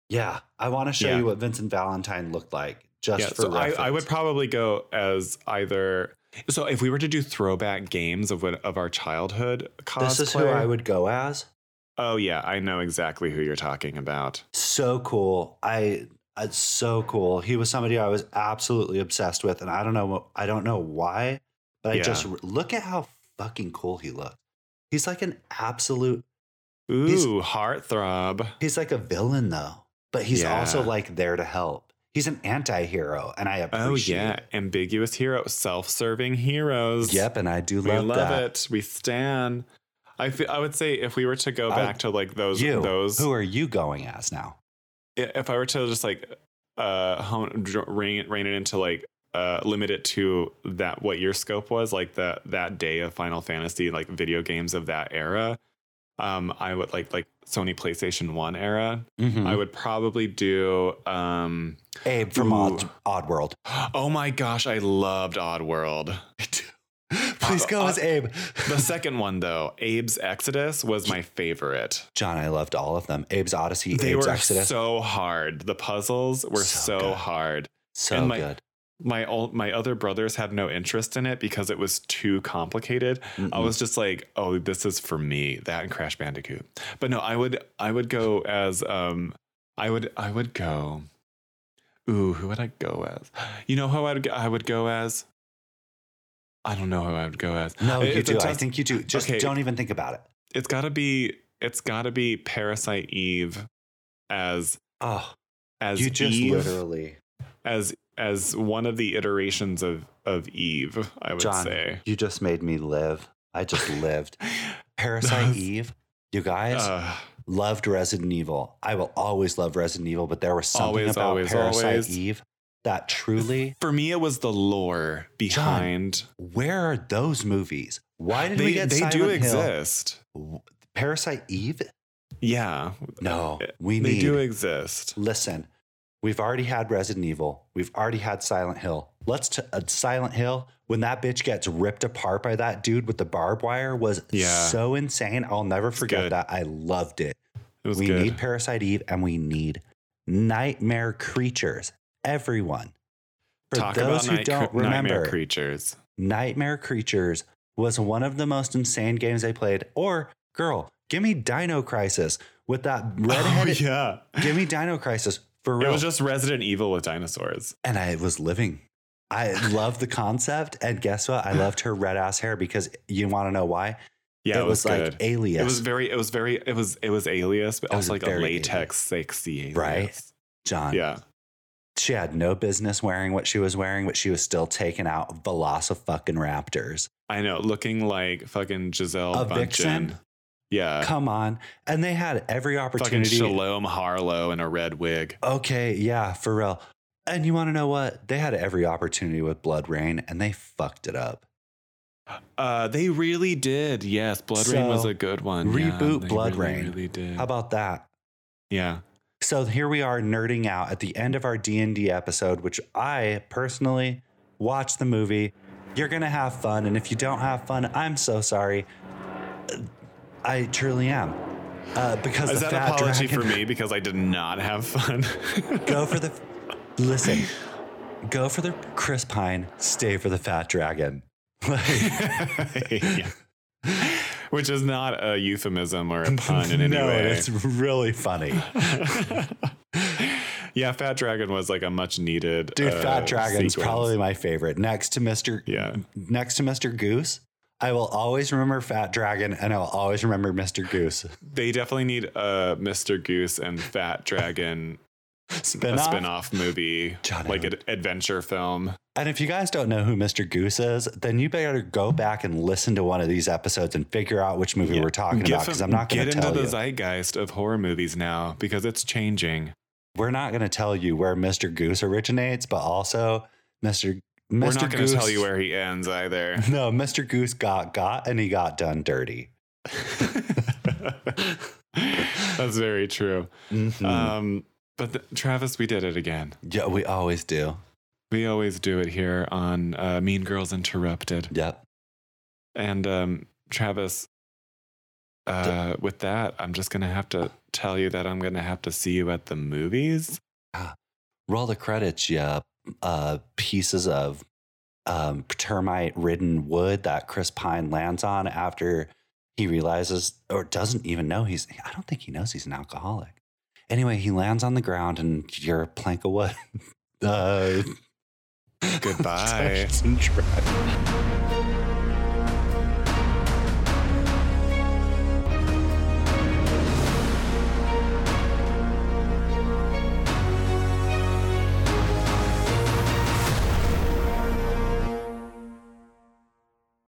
S1: Yeah. I want to show
S2: Yeah.
S1: you what Vincent Valentine looked like just for
S2: so I,
S1: reference.
S2: I would probably go as either. So if we were to do throwback games of what of our childhood cosplay,
S1: This is who I would go as.
S2: Oh yeah, I know exactly who you're talking about.
S1: So cool. I it's so cool. He was somebody I was absolutely obsessed with and I don't know what- I don't know why, but I
S2: Yeah.
S1: just look at how fucking cool he looked. He's like an absolute
S2: Ooh,
S1: He's-
S2: heartthrob.
S1: He's like a villain though, but he's
S2: Yeah.
S1: also like there to help. He's an anti-hero and I
S2: Oh
S1: appreciate
S2: yeah, ambiguous hero, self-serving heroes.
S1: it. Yep, and I do
S2: we
S1: love,
S2: love,
S1: that.
S2: it. We stand. I feel, I would say if we were to go
S1: I-
S2: back to like those
S1: You,
S2: those
S1: who are you going as now?
S2: if I were to just like uh hone, dr- rein, rein it into like uh, limit it to that what your scope was, like that that day of Final Fantasy, like video games of that era. Um, I would like like Sony PlayStation One era.
S1: Mm-hmm.
S2: I would probably do. Um,
S1: Abe from
S2: Ooh.
S1: Odd, Oddworld.
S2: oh my gosh, I loved Oddworld.
S1: Please go as
S2: Uh,
S1: Abe.
S2: The second one though, Abe's Exodus was my favorite.
S1: John, I loved all of them. Abe's Odyssey,
S2: They
S1: Abe's
S2: were
S1: Exodus. So,
S2: so hard. The puzzles were
S1: So
S2: so,
S1: good.
S2: hard. and my-
S1: good.
S2: My old, my other brothers had no interest in it because it was too complicated. I
S1: Mm-mm.
S2: was just like, oh, this is for me. That and Crash Bandicoot. But no, I would I would go as um I would I would go. Ooh, who would I go as? You know who I would I would go as? I don't know who I would go as.
S1: no,
S2: It-
S1: you
S2: it's a
S1: do. I
S2: tough-
S1: think you do. Just
S2: Okay.
S1: don't even think about it.
S2: it's gotta be it's gotta be Parasite Eve as
S1: Oh,
S2: as
S1: you just
S2: Eve,
S1: literally,
S2: as as one of the iterations of of Eve, I would
S1: John,
S2: say.
S1: you just made me live. I just lived. Parasite
S2: was-
S1: Eve. You guys
S2: Uh,
S1: loved Resident Evil. I will always love Resident Evil, but there was something
S2: Always,
S1: about
S2: always,
S1: Parasite
S2: always.
S1: Eve that truly.
S2: for me, it was the lore behind.
S1: Where are those movies? Why did
S2: they
S1: we get
S2: they
S1: Silent
S2: do
S1: Hill?
S2: exist.
S1: W- Parasite Eve?
S2: Yeah,
S1: No, we
S2: Eh, they
S1: need.
S2: do exist.
S1: Listen, we've already had Resident Evil. We've already had Silent Hill. Let's t- uh, Silent Hill. When that bitch gets ripped apart by that dude with the barbed wire was
S2: Yeah.
S1: so insane. I'll never forget
S2: good.
S1: that. I loved it.
S2: It was
S1: we
S2: good.
S1: need Parasite Eve, and we need nightmare creatures. Everyone. For
S2: Talk
S1: those
S2: about
S1: who
S2: night-
S1: don't remember,
S2: nightmare creatures.
S1: Nightmare Creatures was one of the most insane games I played. Or, girl, give me Dino Crisis with that redheaded.
S2: Oh, yeah,
S1: Give me Dino Crisis for
S2: it
S1: real.
S2: was just Resident Evil with dinosaurs.
S1: and I was living. I loved the concept. And guess what? I loved her red ass hair because you want to know why?
S2: Yeah,
S1: it, was,
S2: good.
S1: like alias.
S2: It was very, it was very, it was, it was alias, but
S1: It was
S2: also like a
S1: very
S2: latex sexy alias.
S1: Right? John.
S2: Yeah.
S1: She had no business wearing what she was wearing, but she was still taking out Velocifucking Raptors.
S2: I know. Looking like fucking Giselle
S1: A
S2: Bundchen.
S1: vixen?
S2: Yeah.
S1: Come on. And they had every
S2: Fucking
S1: opportunity.
S2: Shalom Harlow in a red wig.
S1: Okay, yeah, for real. And you want to know what? They had every opportunity with Blood Rain and they fucked it up.
S2: Uh, they really did. Yes, Blood Rain was
S1: So,
S2: a good one.
S1: reboot
S2: they
S1: Blood
S2: really,
S1: Rain.
S2: Really did.
S1: How about that?
S2: yeah.
S1: So here we are nerding out at the end of our D&D episode, which I personally watched the movie. You're going to have fun and if you don't have fun, I'm so sorry. Uh, I truly am. Uh, because
S2: Is
S1: the
S2: that an
S1: fat
S2: apology
S1: dragon,
S2: for me because I did not have fun?
S1: Go for the Listen. Go for the Chris Pine, stay for the fat dragon. Like
S2: Yeah. Which is not a euphemism or a pun in any
S1: no,
S2: way.
S1: it's really funny.
S2: yeah, Fat Dragon was like a much needed
S1: Dude,
S2: uh,
S1: Fat Dragon's
S2: sequence.
S1: probably my favorite. Next to Mr.
S2: yeah.
S1: Next to Mr. Goose, I will always remember Fat Dragon and I will always remember Mr. Goose.
S2: They definitely need a Mr. Goose and Fat Dragon
S1: Spin
S2: a spin-off movie,
S1: John
S2: like an
S1: Allen.
S2: adventure film.
S1: And if you guys don't know who Mr. Goose is, then you better go back and listen to one of these episodes and figure out which movie
S2: Yeah.
S1: we're talking about
S2: Get
S1: because
S2: some-
S1: I'm not going to
S2: get into
S1: tell
S2: the
S1: you.
S2: zeitgeist of horror movies now because it's changing.
S1: we're not going to tell you where Mr. Goose originates, but also Mr. Mr.
S2: We're not going
S1: Goose
S2: to tell you where he ends either.
S1: No, Mr. Goose got got and he got done dirty.
S2: That's very true.
S1: Mhm.
S2: Um, but th- Travis, we did it again.
S1: yeah, we always do.
S2: We always do it here on uh, Mean Girls Interrupted.
S1: Yep.
S2: And um, Travis, uh, with that, I'm just gonna have to tell you that I'm gonna have to see you at the movies.
S1: roll the credits, yeah. Uh, pieces of um, termite ridden wood that Chris Pine lands on after he realizes or doesn't even know he's, I don't think he knows he's an alcoholic. Anyway, he lands on the ground and you're a plank of wood. uh,
S2: Goodbye.
S1: Jackson Drive.